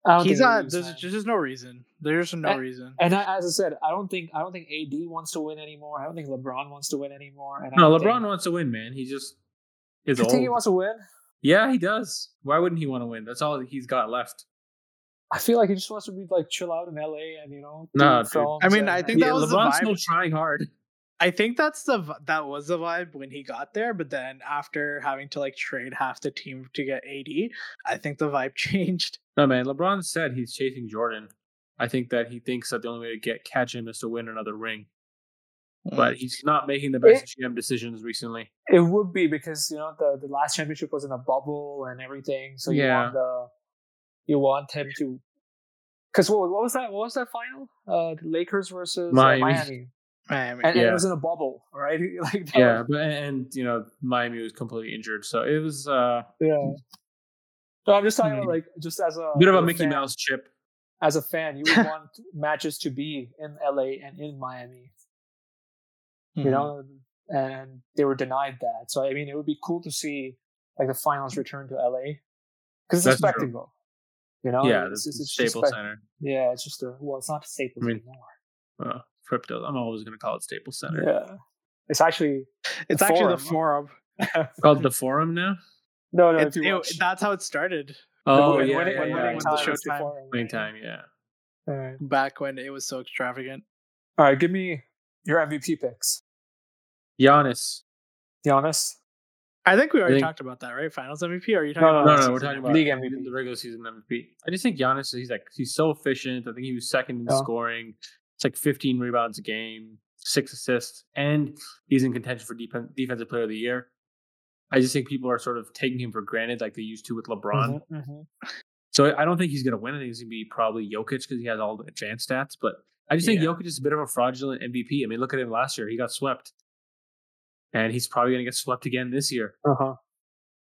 S2: I don't
S1: He's
S2: think he
S1: not.
S2: leaves,
S1: There's,
S2: man.
S1: there's just no reason. There's no
S2: And-
S1: reason.
S2: And I, as I said, I don't think I don't think AD wants to win anymore. I don't think LeBron wants to win anymore. And I
S3: No,
S2: don't
S3: LeBron
S2: Think,
S3: wants to win, man. He just is
S2: you
S3: old.
S2: think he wants to win?
S3: yeah, he does. Why wouldn't he want to win? That's all he's got left.
S2: I feel like he just wants to be like chill out in LA and you know.
S3: Nah,
S2: do
S3: dude.
S2: films
S1: I mean,
S2: and-
S1: I think
S3: Yeah,
S1: that was the
S3: LeBron's
S1: vibe.
S3: still trying hard.
S1: I think that's the v- that was the vibe when he got there, but then after having to like trade half the team to get AD, I think the vibe changed.
S3: No, man. LeBron said he's chasing Jordan. I think that he thinks that the only way to get catch him is to win another ring.
S1: Mm.
S3: But he's not making the best GM decisions recently.
S2: It would be because you know the, the last championship was in a bubble and everything, so you
S3: Yeah.
S2: want the you want him to. Because what, what was that? What was that final? Uh, the Lakers versus uh,
S3: Miami.
S2: Miami,
S1: I mean,
S2: and, and
S3: Yeah.
S2: it was in a bubble, right? like
S1: Oh.
S2: that
S3: Yeah,
S2: was-
S3: but and you know Miami was completely injured, so it was uh,
S2: yeah. No, I'm just talking about
S3: Hmm.
S2: like just as a
S3: a bit of
S2: as
S3: a Mickey
S2: fan-
S3: Mouse chip.
S2: As a fan, you would want matches to be in LA and in Miami,
S3: Hmm.
S2: you know, and they were denied that. So I mean, it would be cool to see like the finals return to LA because it's
S3: That's
S2: a
S3: true.
S2: spectacle. You
S1: Oh,
S2: know,
S3: yeah,
S2: it's,
S3: this
S2: it's,
S3: is
S2: it's
S3: Staples
S2: just spec-
S3: Center.
S2: Yeah, it's just a well, it's not Staples
S3: I mean,
S2: anymore.
S3: Uh, crypto. I'm always going to call it Staples Center.
S2: Yeah, it's actually
S1: it's
S2: the
S1: actually the forum.
S3: Called the Forum now.
S2: no, no.
S1: It-
S2: if you
S1: it-
S2: watch,
S1: that's how it started
S3: Oh
S1: when-
S3: yeah,
S1: when it-
S3: yeah,
S1: when-
S3: yeah,
S1: when it
S3: yeah.
S1: was the show
S2: it's
S1: time.
S2: forum,
S3: Winning
S2: right?
S3: time. Yeah.
S2: All right.
S1: back when it was so extravagant.
S2: All right, give me your MVP picks,
S3: Giannis.
S2: Giannis.
S1: I think we already
S3: think-
S1: talked about that, right? Finals MVP. Or are you
S2: No,
S1: talking
S2: no,
S1: about
S3: No,
S2: this
S3: no, we're
S2: is
S3: talking about
S2: league MVP.
S3: the regular season MVP. I just think Giannis. He's like he's so efficient. I think he was second in
S2: Yeah.
S3: scoring. It's like 15 rebounds a game, six assists, and he's in contention for defen- defensive player of the year. I just think people are sort of taking him for granted, like they used to with LeBron.
S2: Mhm, mhm.
S3: So I I don't think he's going to win. I think he's going to be probably Jokic because he has all the advanced stats. But I just think
S1: Yeah.
S3: Jokic is a bit of a fraudulent MVP. I mean, look at him last year; he got swept, and he's probably going to get swept again this year.
S2: Uh-huh.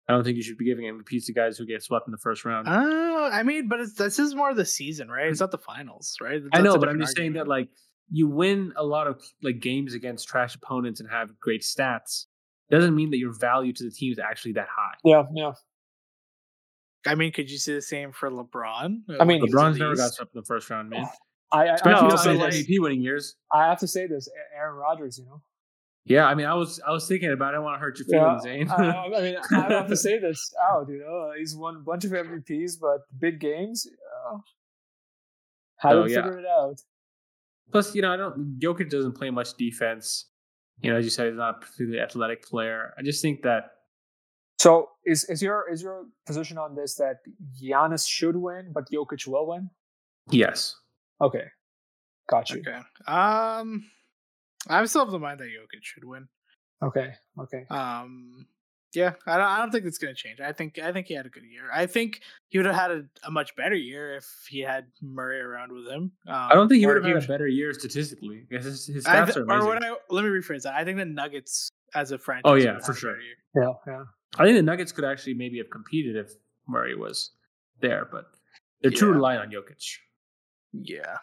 S3: I don't think you should be giving MVPs to guys who get swept in the first round.
S1: Oh, I mean, but it's, this is more the season, right? It's not the finals, right?
S3: I
S1: That's
S3: know,
S1: a
S3: but I'm
S1: different
S3: just saying that
S1: argument.
S3: like you win a lot of like games against trash opponents and have great stats. Doesn't mean that your value to the team is actually that high.
S2: Yeah, yeah.
S1: I mean, could you say the same for LeBron?
S2: I mean,
S1: When he was in
S3: LeBron's
S1: the
S3: never got
S1: East?
S3: swept in the first round, man.
S2: I, I,
S3: Especially
S1: No,
S3: not
S1: so
S3: in
S2: I,
S3: his
S1: like-
S3: MVP winning years.
S2: I have to say this: A- Aaron Rodgers, you know.
S3: Yeah, I mean, I was I was thinking about. it. I don't want to hurt your
S2: Yeah,
S3: feelings, Zane.
S2: I, I mean, I have to say this out. You know, he's won a bunch of MVPs, but big games uh, haven't
S3: Oh, yeah.
S2: figured it out.
S3: Plus, you know, I don't. Jokic doesn't play much defense. You know, as you said, he's not a particularly athletic player. I just think that
S2: So, is is your is your position on this that Giannis should win, but Jokic will win?
S3: yes,
S2: Okay, got you.
S1: Okay. Um, I'm still of the mind that Jokic should win.
S2: Okay, okay.
S1: Um, yeah, I don't, I don't think it's gonna change. I think I think he had a good year. I think he would have had a, a much better year if he had Murray around with him. Um,
S3: I don't think he
S1: or
S3: would have had
S1: was-
S3: a better year statistically. Because his, his
S1: I
S3: stats
S1: th-
S3: are
S1: or
S3: amazing.
S1: what I let me rephrase that. I think the Nuggets as a franchise.
S3: Oh,
S1: would
S3: yeah,
S1: have
S3: for
S1: had a
S3: sure.
S1: better year.
S2: Yeah, yeah.
S3: I think the Nuggets could actually maybe have competed if Murray was there, but they're too
S1: Yeah.
S3: reliant on Jokic.
S1: Yeah.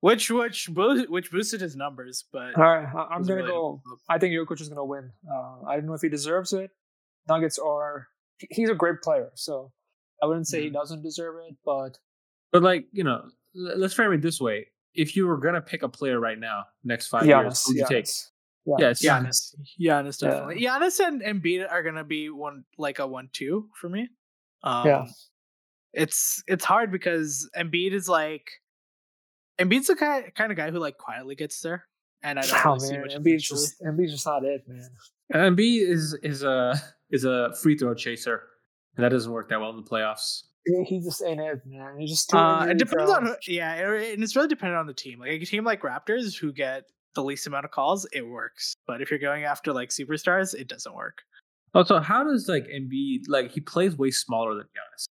S1: Which which bo- which boosted his numbers, but
S2: All right, I, I'm
S1: was
S2: gonna
S1: really-
S2: go. I think Jokic is gonna win. Uh, I don't know if he deserves it. Nuggets are. he- He's a great player, so I wouldn't say he doesn't deserve it, but
S3: But like you know, l- let's frame it this way: if you were gonna pick a player right now, next five years,
S2: Giannis,
S3: who would you take?
S2: Giannis.
S3: Yeah, it's Giannis.
S1: Giannis, Giannis definitely. Giannis and Embiid are gonna be one like a one-two for me. Um,
S2: Yeah.
S1: it's it's hard because Embiid is like Embiid's the kind kind of guy who like quietly gets there, and I don't
S2: Oh
S1: really see
S2: man,
S1: much.
S2: Embiid's
S1: potential.
S2: just Embiid's just not it, man.
S3: MB is is a is a free throw chaser, and that doesn't work that well in the playoffs.
S2: He- He just ain't it, man. He's just too.
S1: Uh, it
S2: injury
S1: depends
S2: prone.
S1: on who- yeah, it- and it's really dependent on the team. Like a team like Raptors who get the least amount of calls, it works. But if you're going after like superstars, it doesn't work.
S3: Also, how does like MB like he plays way smaller than Giannis?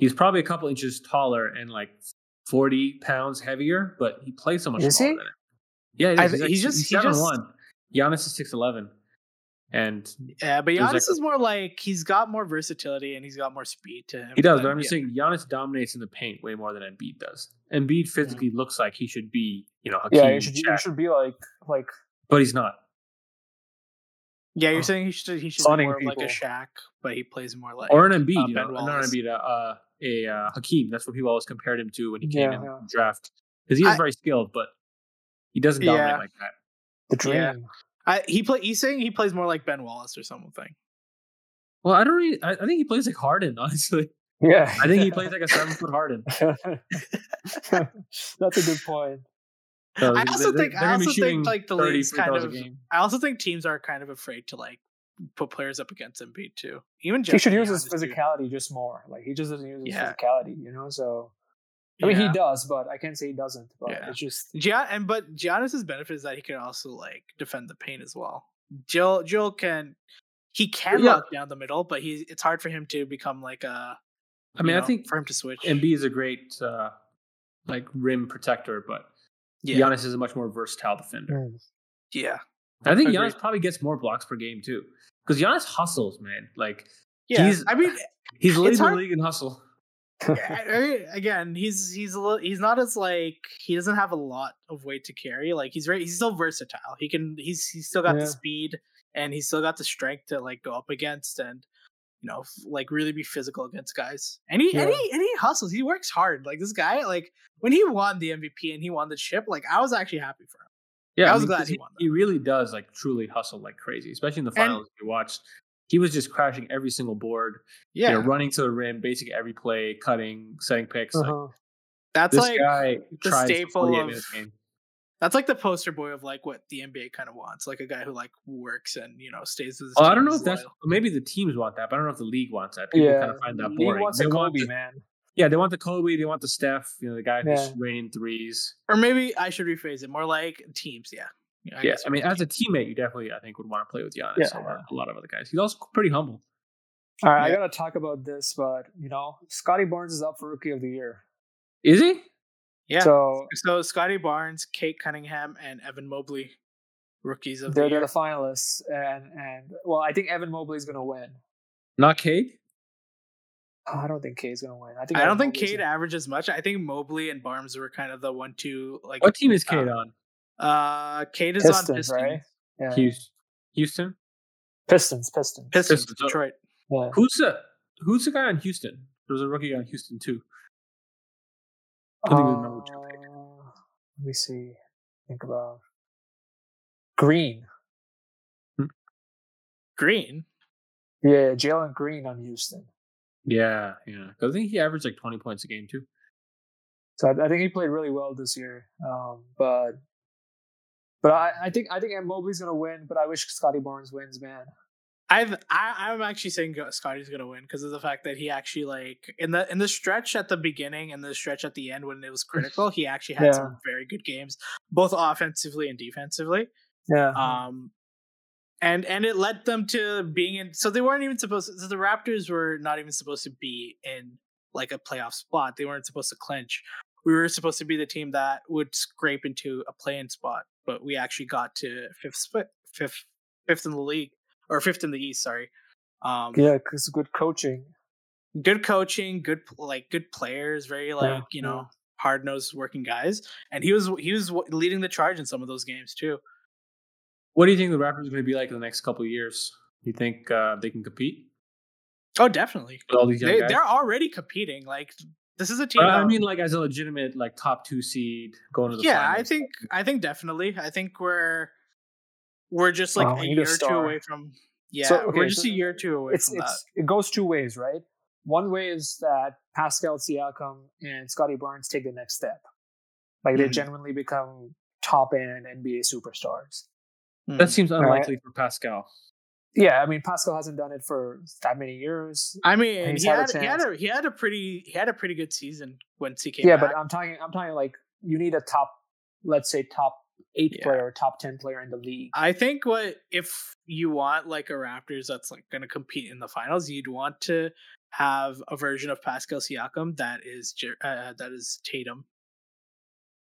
S3: He's probably a couple inches taller and like forty pounds heavier, but he plays so much
S2: Is
S3: smaller
S2: he?
S3: than him. Yeah,
S1: I
S3: he is.
S1: th-
S3: he's, like,
S1: he's just-
S3: he's
S1: he
S3: seven
S1: just-
S3: one. Giannis is six eleven, and
S1: Yeah, but
S3: It was
S1: Giannis
S3: like a-
S1: is more like he's got more versatility and he's got more speed to him.
S3: he does. But
S1: than-
S3: I'm just
S1: yeah.
S3: saying, Giannis dominates in the paint way more than Embiid does. Embiid physically looks like he should be, you know, Hakeem,
S2: Yeah, you should, you
S3: Shaq,
S2: should be like like
S3: but he's not.
S1: Yeah, you're saying he should he should be
S2: Stunning
S1: more of like a
S2: people.
S1: Shaq, but he plays more like
S3: or an Embiid,
S1: uh,
S3: you
S1: Ben
S3: know, not an
S1: Wallace.
S3: Embiid, uh, uh, a uh, Hakeem. That's what people always compared him to when he came
S2: Yeah,
S3: in the
S2: yeah.
S3: draft because he is
S1: I-
S3: very skilled, but he doesn't dominate
S1: Yeah.
S3: like that.
S2: The dream.
S1: Yeah. I, he play. He's saying he plays more like Ben Wallace or something.
S3: Well, I don't really. I, I think he plays like Harden. Honestly,
S2: Yeah.
S3: I think he plays like a seven foot Harden.
S2: That's a good point.
S3: So
S1: I also
S3: they're-
S1: think.
S3: they're
S1: I
S3: gonna be
S1: also
S3: shooting
S1: think like the
S3: 30
S1: league's
S3: free
S1: kind
S3: throws a
S1: of.
S3: game.
S1: I also think teams are kind of afraid to like put players up against Embiid too. Even
S2: he should
S1: Jokic,
S2: use his
S1: Giannis, too.
S2: physicality just more. Like he just doesn't use his
S1: Yeah.
S2: physicality, you know. So I mean,
S1: Yeah.
S2: he does, but I can't say he doesn't. But
S1: Yeah.
S2: it's just
S1: Gian- and but Giannis's benefit is that he can also like defend the paint as well. Jill Jill can he can
S3: Yeah.
S1: lock down the middle, but he it's hard for him to become like a.
S3: I mean,
S1: you
S3: I
S1: know,
S3: think
S1: for him to switch.
S3: Embiid is a great uh, like rim protector, but
S1: yeah,
S3: Giannis is a much more versatile defender.
S2: Mm.
S1: yeah,
S3: I think
S2: Agreed.
S3: Giannis probably gets more blocks per game too, because Giannis hustles, man. Like
S1: yeah.
S3: He's-
S1: I mean,
S3: he's leading the
S1: hard-
S3: league in hustle.
S1: I, I- again, he's he's a little, he's not as like he doesn't have a lot of weight to carry. Like he's very he's still versatile. He can he's he's still got
S2: Yeah.
S1: the speed and he's still got the strength to like go up against and you know f- like really be physical against guys. And he and
S2: Yeah.
S1: he and he hustles. He works hard. Like this guy, like when he won the MVP and he won the chip, like I was actually happy for him.
S3: Yeah,
S1: I was glad
S3: 'cause
S1: he won that.
S3: He really does like truly hustle like crazy, especially in the
S1: And-
S3: finals. you watched, he was just crashing every single board.
S1: Yeah,
S3: you know, running to the rim, basically every play, cutting, setting picks. Like,
S2: uh-huh.
S1: that's
S3: this
S1: like
S3: guy tried for
S1: staple
S3: 48
S1: of-
S3: minutes a game.
S1: that's like the poster boy of like what the NBA kind of wants, like a guy who like works and you know stays with. His
S3: Well, I don't
S1: team,
S3: know
S1: is
S3: if that's
S1: loyal.
S3: maybe the teams want that, but I don't know if the league wants that. People
S2: Yeah.
S3: kind of find that
S2: he
S3: boring.
S2: wants a
S3: They want
S2: Kobe
S3: the-
S2: man.
S3: yeah, they want the Kobe, they want the Steph, you know, the guy who's
S2: Yeah.
S3: raining threes.
S1: or maybe I should rephrase it more like teams. Yeah. Yeah.
S3: yeah,
S1: guess
S3: I mean, as a teammate, you definitely I think would want to play with Giannis
S2: Yeah.
S3: over a lot of other guys. He's also pretty humble.
S2: All right,
S1: Yeah.
S2: I gotta talk about this, but you know, Scotty Barnes is up for Rookie of the Year.
S3: Is he?
S1: yeah. So,
S2: So
S1: Scotty Barnes, Kate Cunningham, and Evan Mobley, rookies of
S2: they're,
S1: the
S2: they're the
S1: year.
S2: finalists, and and well, I think Evan Mobley's gonna win.
S3: Not Cade?
S2: I don't think Kade's gonna win. I think
S1: I don't
S2: Evan
S1: think
S2: Mobley's
S1: Kate
S2: gonna-
S1: averages much. I think Mobley and Barnes were kind of the one two like
S3: What team is Cade on?
S1: uh Kate is on
S2: Pistons,
S1: Pistons.
S2: right? Yeah.
S3: Houston. Houston?
S2: Pistons, Pistons.
S1: Pistons,
S3: Pistons, oh.
S1: Detroit.
S2: Yeah.
S3: Who's the who's the guy on Houston? There was a rookie on Houston too. I don't even remember which
S2: Uh,
S3: one.
S2: Let me see. Think about Green.
S1: Green.
S2: Yeah, Jalen Green on Houston.
S3: Yeah, yeah. 'Cause I think he averaged like twenty points a game too.
S2: So I, I think he played really well this year. Um, but but I, I think I think M. Mobley's gonna win. But I wish Scotty Barnes wins, man.
S1: I've I, I'm actually saying go- Scotty's gonna win because of the fact that he actually like in the in the stretch at the beginning and the stretch at the end when it was critical, he actually had
S2: Yeah.
S1: some very good games, both offensively and defensively.
S2: Yeah.
S1: um and and it led them to being in so they weren't even supposed so the raptors were not even supposed to be in like a playoff spot they weren't supposed to clinch we were supposed to be the team that would scrape into a play-in spot but we actually got to fifth split fifth fifth in the league or fifth in the east sorry um
S2: yeah, because good coaching.
S1: good coaching good like good players very like you know
S2: yeah.
S1: hard-nosed working guys and he was he was leading the charge in some of those games too
S3: What do you think the Raptors are going to be like in the next couple of years? Do you think uh, they can compete
S1: oh definitely
S3: with all these young
S1: they,
S3: guys?
S1: they're already competing. Like this is a team.
S3: But I
S1: that-
S3: mean, like as a legitimate like top two seed going to the
S1: yeah, I
S3: finals.
S1: think I think definitely. I think we're we're just like
S2: Wow,
S1: a
S2: we need a
S1: year or two
S2: star.
S1: away from. Yeah,
S2: okay,
S1: we're just
S2: so
S1: a year or two away
S2: It's
S1: from
S2: it's it goes two ways, right? One way is that Pascal Siakam and Scotty Barnes take the next step, like they
S1: Mhm.
S2: genuinely become top end NBA superstars.
S1: that.
S3: that
S1: Mm.
S3: seems
S2: right.
S3: unlikely for Pascal.
S2: Yeah, I mean Pascal hasn't done it for that many years.
S1: I mean,
S2: he's
S1: he
S2: had
S1: had,
S2: a
S1: he had
S2: chance.
S1: a he had a pretty he had a pretty good season when he came.
S2: Yeah,
S1: back.
S2: but I'm talking I'm talking like you need a top let's say top 8
S1: Yeah.
S2: player, top 10 player in the league.
S1: I think what if you want like a Raptors that's like going to compete in the finals, you'd want to have a version of Pascal Siakam that is Jer- uh, that is Tatum.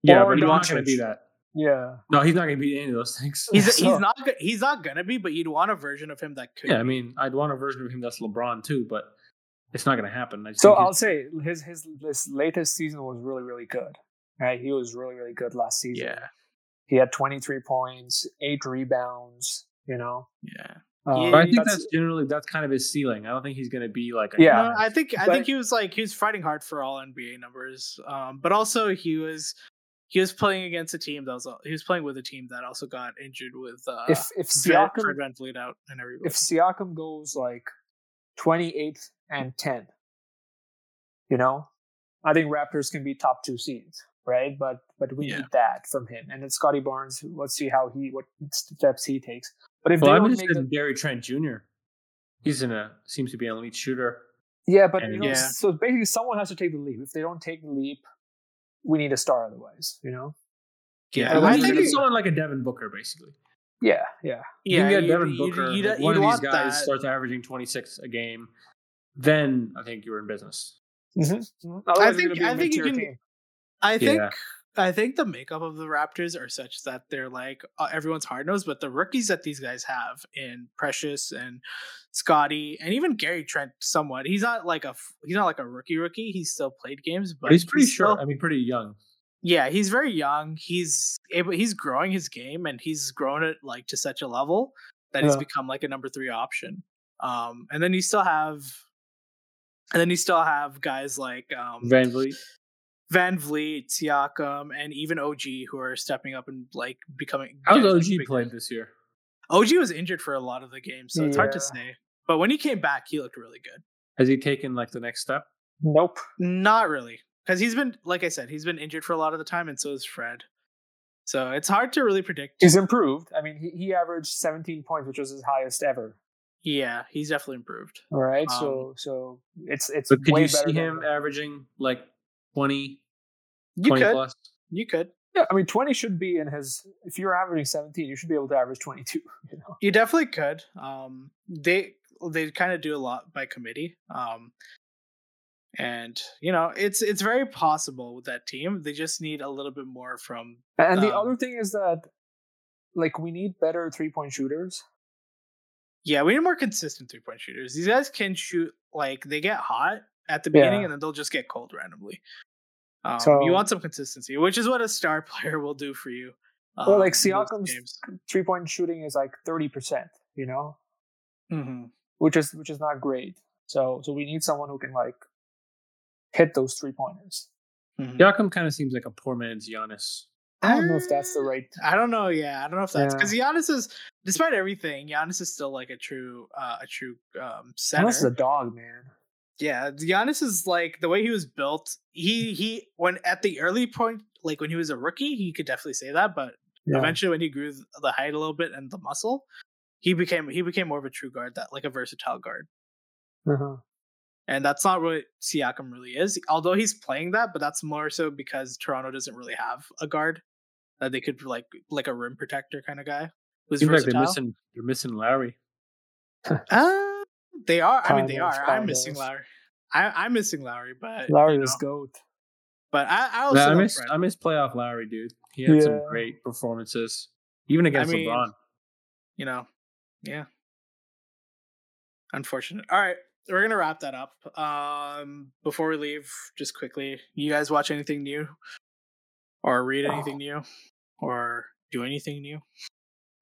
S3: Yeah,
S2: Or
S3: but he's not going
S2: Doncic.
S3: to be that.
S2: yeah.
S3: No, he's not going to be any of those things.
S1: He's
S2: So-
S1: he's not go- he's not gonna be, but you'd want a version of him that could.
S3: yeah, I
S1: be.
S3: mean, I'd want a version of him that's LeBron too, but it's not going to happen. I just
S2: So
S3: think
S2: I'll
S3: he's-
S2: say his his his latest season was really really good. Right? He was really really good last season.
S1: yeah,
S2: He had 23 points, 8 rebounds, you know.
S1: yeah.
S2: Um,
S1: Yeah,
S3: But I think
S2: that's-
S3: that's generally that's kind of his ceiling. I don't think he's going to be like a
S2: Yeah.
S1: No, I think I
S2: But-
S1: think he was like he was fighting hard for all NBA numbers, um, but also he was he was playing against a team that was he was playing with a team that also got injured with uh,
S2: if if
S1: Fred
S2: Siakam
S1: Van Fleet out and everybody.
S2: if Siakam goes like 28th and 10, you know, I think Raptors can be top two seeds, right? But but we
S1: Yeah.
S2: need that from him. And then Scotty Barnes, let's see how he what steps he takes. But if
S3: Well,
S2: they
S3: I'm
S2: don't
S3: just
S2: make the,
S3: in Gary Trent Jr. He's in a seems to be an elite shooter.
S2: yeah, but
S3: and
S2: you know,
S1: yeah.
S2: so basically someone has to take the leap. If they don't take the leap, we need a star otherwise, you know?
S1: yeah,
S2: Unless
S1: I
S2: you're
S3: I
S1: think
S3: think
S2: gonna-
S3: it's someone like a Devin Booker, basically.
S2: Yeah,
S1: yeah,
S2: yeah.
S3: you can
S1: you'd-
S3: get Devin
S1: you'd-
S3: Booker.
S1: you'd-
S3: like,
S1: you'd
S3: one of these
S1: want
S3: guys
S1: that.
S3: starts averaging 26 a game. Then I think you're in business.
S2: Mhm. Otherwise, we're
S1: think-
S2: gonna be
S1: I
S2: a
S1: think you
S2: mid-tier
S1: can-
S2: team.
S1: I think
S3: Yeah.
S1: I think the makeup of the Raptors are such that they're like uh, everyone's hard nosed, but the rookies that these guys have in Precious and Scotty and even Gary Trent somewhat. He's not like a f- he's not like a rookie rookie. He's still played games, but
S3: But he's pretty
S1: still-
S3: sure. I mean, pretty young.
S1: yeah, he's very young. He's able he's growing his game and he's grown it like to such a level that he's
S2: Yeah.
S1: become like a number 3 option. Um and then you still have and then you still have guys like um
S3: Van Vliet.
S1: Van Vliet, Siakam, and even OG who are stepping up and like becoming.
S3: How's
S1: getting, like,
S3: OG
S1: big-
S3: played this year?
S1: OG was injured for a lot of the game, so it's hard to
S2: Yeah.
S1: say. But when he came back, he looked really good.
S3: Has he taken like the next step?
S2: Nope.
S1: Not really, because he's been like I said, he's been injured for a lot of the time, and so is Fred. So it's hard to really predict.
S2: He's improved. I mean, he, he averaged 17 points, which was his highest ever.
S1: Yeah, he's definitely improved.
S2: All right,
S1: Um,
S2: so so it's it's
S3: But could
S2: way
S3: you
S2: better
S3: see
S2: than-
S3: him averaging like 20,
S1: You
S3: 20
S1: could,
S3: plus?
S1: you could,
S2: Yeah, I mean, twenty should be in his. If you're averaging seventeen, you should be able to average twenty-two. You know,
S1: you definitely could. Um, they they kind of do a lot by committee. Um, and you know, it's it's very possible with that team. They just need a little bit more from
S2: and the
S1: Um,
S2: other thing is that, like, we need better three-point shooters.
S1: Yeah, we need more consistent three point shooters. These guys can shoot like they get hot at the beginning
S2: Yeah.
S1: and then they'll just get cold randomly. Um,
S2: So-
S1: you want some consistency, which is what a star player will do for you. um,
S2: Or, like,
S1: in those
S2: Siakam's-
S1: games.
S2: Three-point shooting is like thirty percent. You know,
S1: Mhm.
S2: which is which is not great. So so we need someone who can like hit those three-pointers.
S1: Mhm.
S3: Siakam kind of seems like a poor man's Giannis.
S2: I don't know if that's
S1: Uh,
S2: the right.
S1: I don't know. Yeah, I don't know if that's because Giannis is, despite everything, Giannis is still like a true, uh, a true um, center.
S2: Giannis is a dog, man.
S1: Yeah, Giannis is like the way he was built. He he when at the early point, like when he was a rookie, he could definitely say that. But
S2: Yeah.
S1: eventually, when he grew th- the height a little bit and the muscle, he became he became more of a true guard, that like a versatile guard.
S2: Uh-huh.
S1: And that's not what Siakam really is. Although he's playing that, but that's more so because Toronto doesn't really have a guard that they could like like a rim protector kind of guy who's
S3: Seems like
S1: versatile.
S3: they're missing they're missing Lowry.
S1: Uh, they are. I mean, they
S2: Kind of,
S1: are.
S2: kind
S1: I'm missing
S2: of.
S1: Lowry. I, I'm missing Lowry, but
S2: Larry
S1: you
S2: was
S1: know.
S2: goat.
S1: But I, I also
S3: Man, I
S1: love
S3: miss
S1: Fred.
S3: I miss playoff Lowry, dude. He had some
S2: Yeah.
S3: great performances, even against
S1: mean,
S3: LeBron.
S1: you know, yeah. Unfortunate. All right, we're gonna wrap that up. Um, before we leave, just quickly, you guys watch anything new, or read
S3: Oh.
S1: anything new, or do anything new?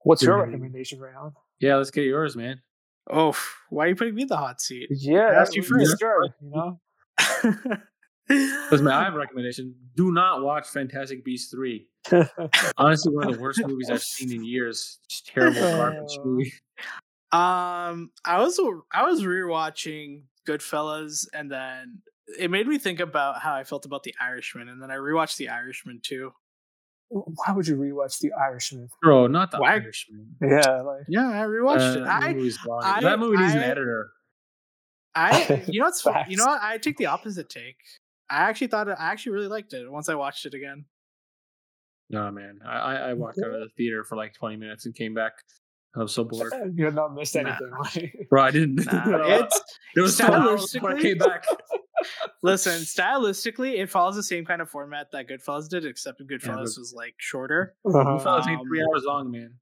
S2: What's your
S3: Mhm.
S2: recommendation right now?
S3: Yeah, let's get yours, man.
S1: Oh, why are you putting me in the hot seat?
S2: Yeah,
S1: asked
S2: that's
S1: you
S2: you
S1: first.
S2: Sure, you know.
S3: Because man, I have a recommendation. Do not watch Fantastic Beasts three. Honestly, one of the worst movies I've seen in years. Just terrible garbage
S2: Oh.
S3: movie.
S1: Um, I was I was rewatching Goodfellas, and then it made me think about how I felt about The Irishman, and then I rewatched The Irishman too.
S2: Why would you rewatch The Irishman?
S3: Bro, not the
S1: Why-
S3: Irishman.
S2: Yeah, like
S1: Yeah, I rewatched
S3: Uh,
S1: it.
S3: that
S1: I
S3: movie's long.
S1: I-
S3: that movie needs an
S1: I-
S3: editor.
S1: I you know what's fu- you know what
S2: Facts.
S1: I take the opposite take. I actually thought it, I actually really liked it once I watched it again.
S3: No, man. I, I, I walked out of the theater for like 20 minutes and came back. I was so bored.
S2: you had not missed
S1: Nah.
S2: anything. like-
S3: Bro, I didn't.
S1: Nah, it's
S3: there was
S1: Stylistically-
S3: seven hours before I came back.
S1: listen stylistically, it follows the same kind of format that Goodfellas did, except Goodfellas
S3: but-
S1: was like shorter.
S2: uh-huh.
S3: I thought it was like three
S1: Um,
S3: hours long, man.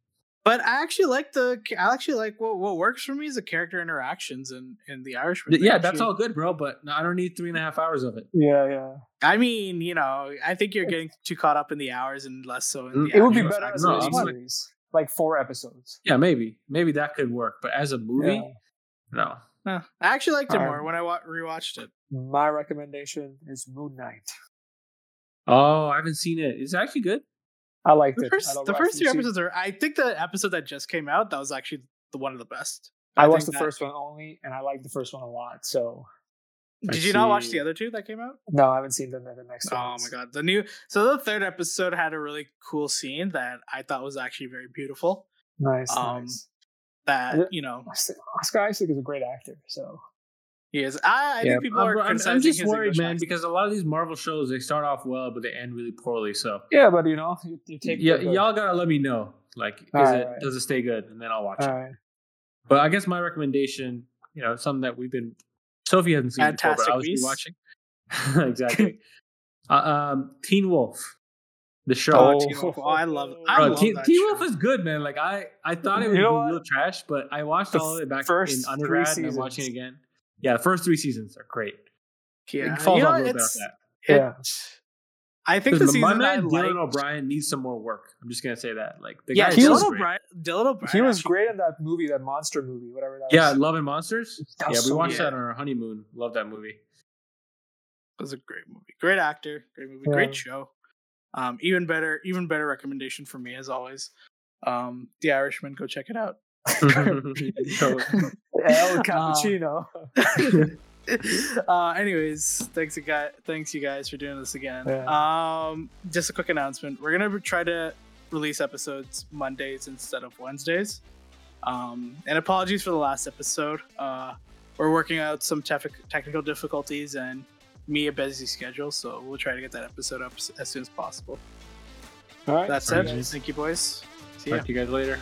S1: But I actually like the I actually like what what works for me is the character interactions and and the Irishman. They
S3: Yeah, that's
S1: actually-
S3: all good, bro. But I don't need three and a half hours of it.
S2: yeah, yeah.
S1: I mean, you know, I think you're getting too caught up in the hours and less so in the.
S3: Mm,
S2: It would be
S3: no,
S1: actual
S2: better as
S3: no,
S2: a
S3: I'm
S1: activities.
S3: not-
S2: series. like four episodes.
S3: Yeah, maybe maybe that could work, but as a movie,
S2: Yeah.
S3: no.
S1: Huh. I actually liked it
S2: Alright.
S1: more when I wa- rewatched it.
S2: My recommendation is Moon Knight.
S3: Oh, I haven't seen it. It's actually good.
S2: I liked
S1: The
S2: it. I
S1: first,
S2: love-
S1: the
S2: I
S1: first two
S2: see-
S1: episodes are. I think the episode that just came out that was actually the one of the best.
S2: I, watched the
S1: think that-
S2: first one only, and I liked the first one a lot. So
S3: I
S1: Did you not watch
S3: see.
S1: the other two that came out?
S2: no, I haven't seen the, the next one.
S1: Oh my god, the new. So the third episode had a really cool scene that I thought was actually very beautiful.
S2: Nice,
S1: Um,
S2: nice.
S1: That
S2: Yeah.
S1: you know
S2: Oscar Isaac is a great actor, so
S1: he is. I, I
S3: Yeah,
S1: think people
S3: I'm,
S1: are
S3: I'm- I'm
S1: criticizing
S3: just
S1: his
S3: worried,
S1: English
S3: man,
S1: accent.
S3: because a lot of these Marvel shows they start off well, but they end really poorly. So
S2: yeah. But you know, you, you take
S3: yeah,
S2: the good.
S3: y'all gotta let me know. Like, is
S2: Alright,
S3: it
S2: alright.
S3: does it stay good, and then I'll watch it.
S2: Alright.
S3: But I guess my recommendation, you know, something that we've been Sophie hasn't seen before, but
S1: Fantastic
S3: I was
S1: Beasts.
S3: watching. exactly. uh, um, Teen Wolf, the show.
S1: Oh,
S2: Oh.
S1: Teen Wolf. Oh, I love. I
S3: Bro,
S1: love
S3: Teen,
S1: that
S3: Teen
S1: show.
S3: Wolf is good, man. Like I, I thought it
S2: You
S3: would
S2: know
S3: be
S2: what?
S3: real trash, but I watched
S2: The
S3: all of it back
S2: first
S3: in
S2: three
S3: undergrad, and I'm watching it
S2: seasons.
S3: again. Yeah, the first three seasons are great.
S1: Yeah,
S3: It falls
S1: you know,
S3: off a little bit
S1: it's-
S3: after that.
S1: it-
S2: Yeah.
S1: I think the
S3: Because
S1: season
S3: my
S1: I
S3: man
S1: liked,
S3: Dylan O'Brien needs some more work. I'm just gonna say that. Like the
S1: yeah,
S3: guy,
S2: he
S1: Dylan
S2: was
S3: great.
S1: O'Brien. Dylan O'Brien.
S2: He was
S1: actually-
S2: great in that movie, that monster movie, whatever that
S3: Yeah,
S2: was.
S3: Love and Monsters.
S2: That
S3: Yeah,
S2: was
S3: we
S2: so
S3: watched
S1: good.
S3: that on our honeymoon. Love that movie.
S1: It was a great movie. Great actor. Great movie.
S2: Yeah.
S1: Great show. Um, even better. Even better recommendation for me as always. Um, The Irishman. Go check it out.
S3: So-
S2: El
S1: Uh,
S2: Cappuccino.
S1: uh anyways thanks you guys thanks you guys for doing this again um just a quick announcement we're gonna try to release episodes mondays instead of wednesdays um and apologies for the last episode uh we're working out some tef- technical difficulties and me a busy schedule so we'll try to get that episode up s- as soon as possible
S2: All right.
S1: that's
S3: Alright.
S1: it thank you boys see ya
S3: Talk to you guys later.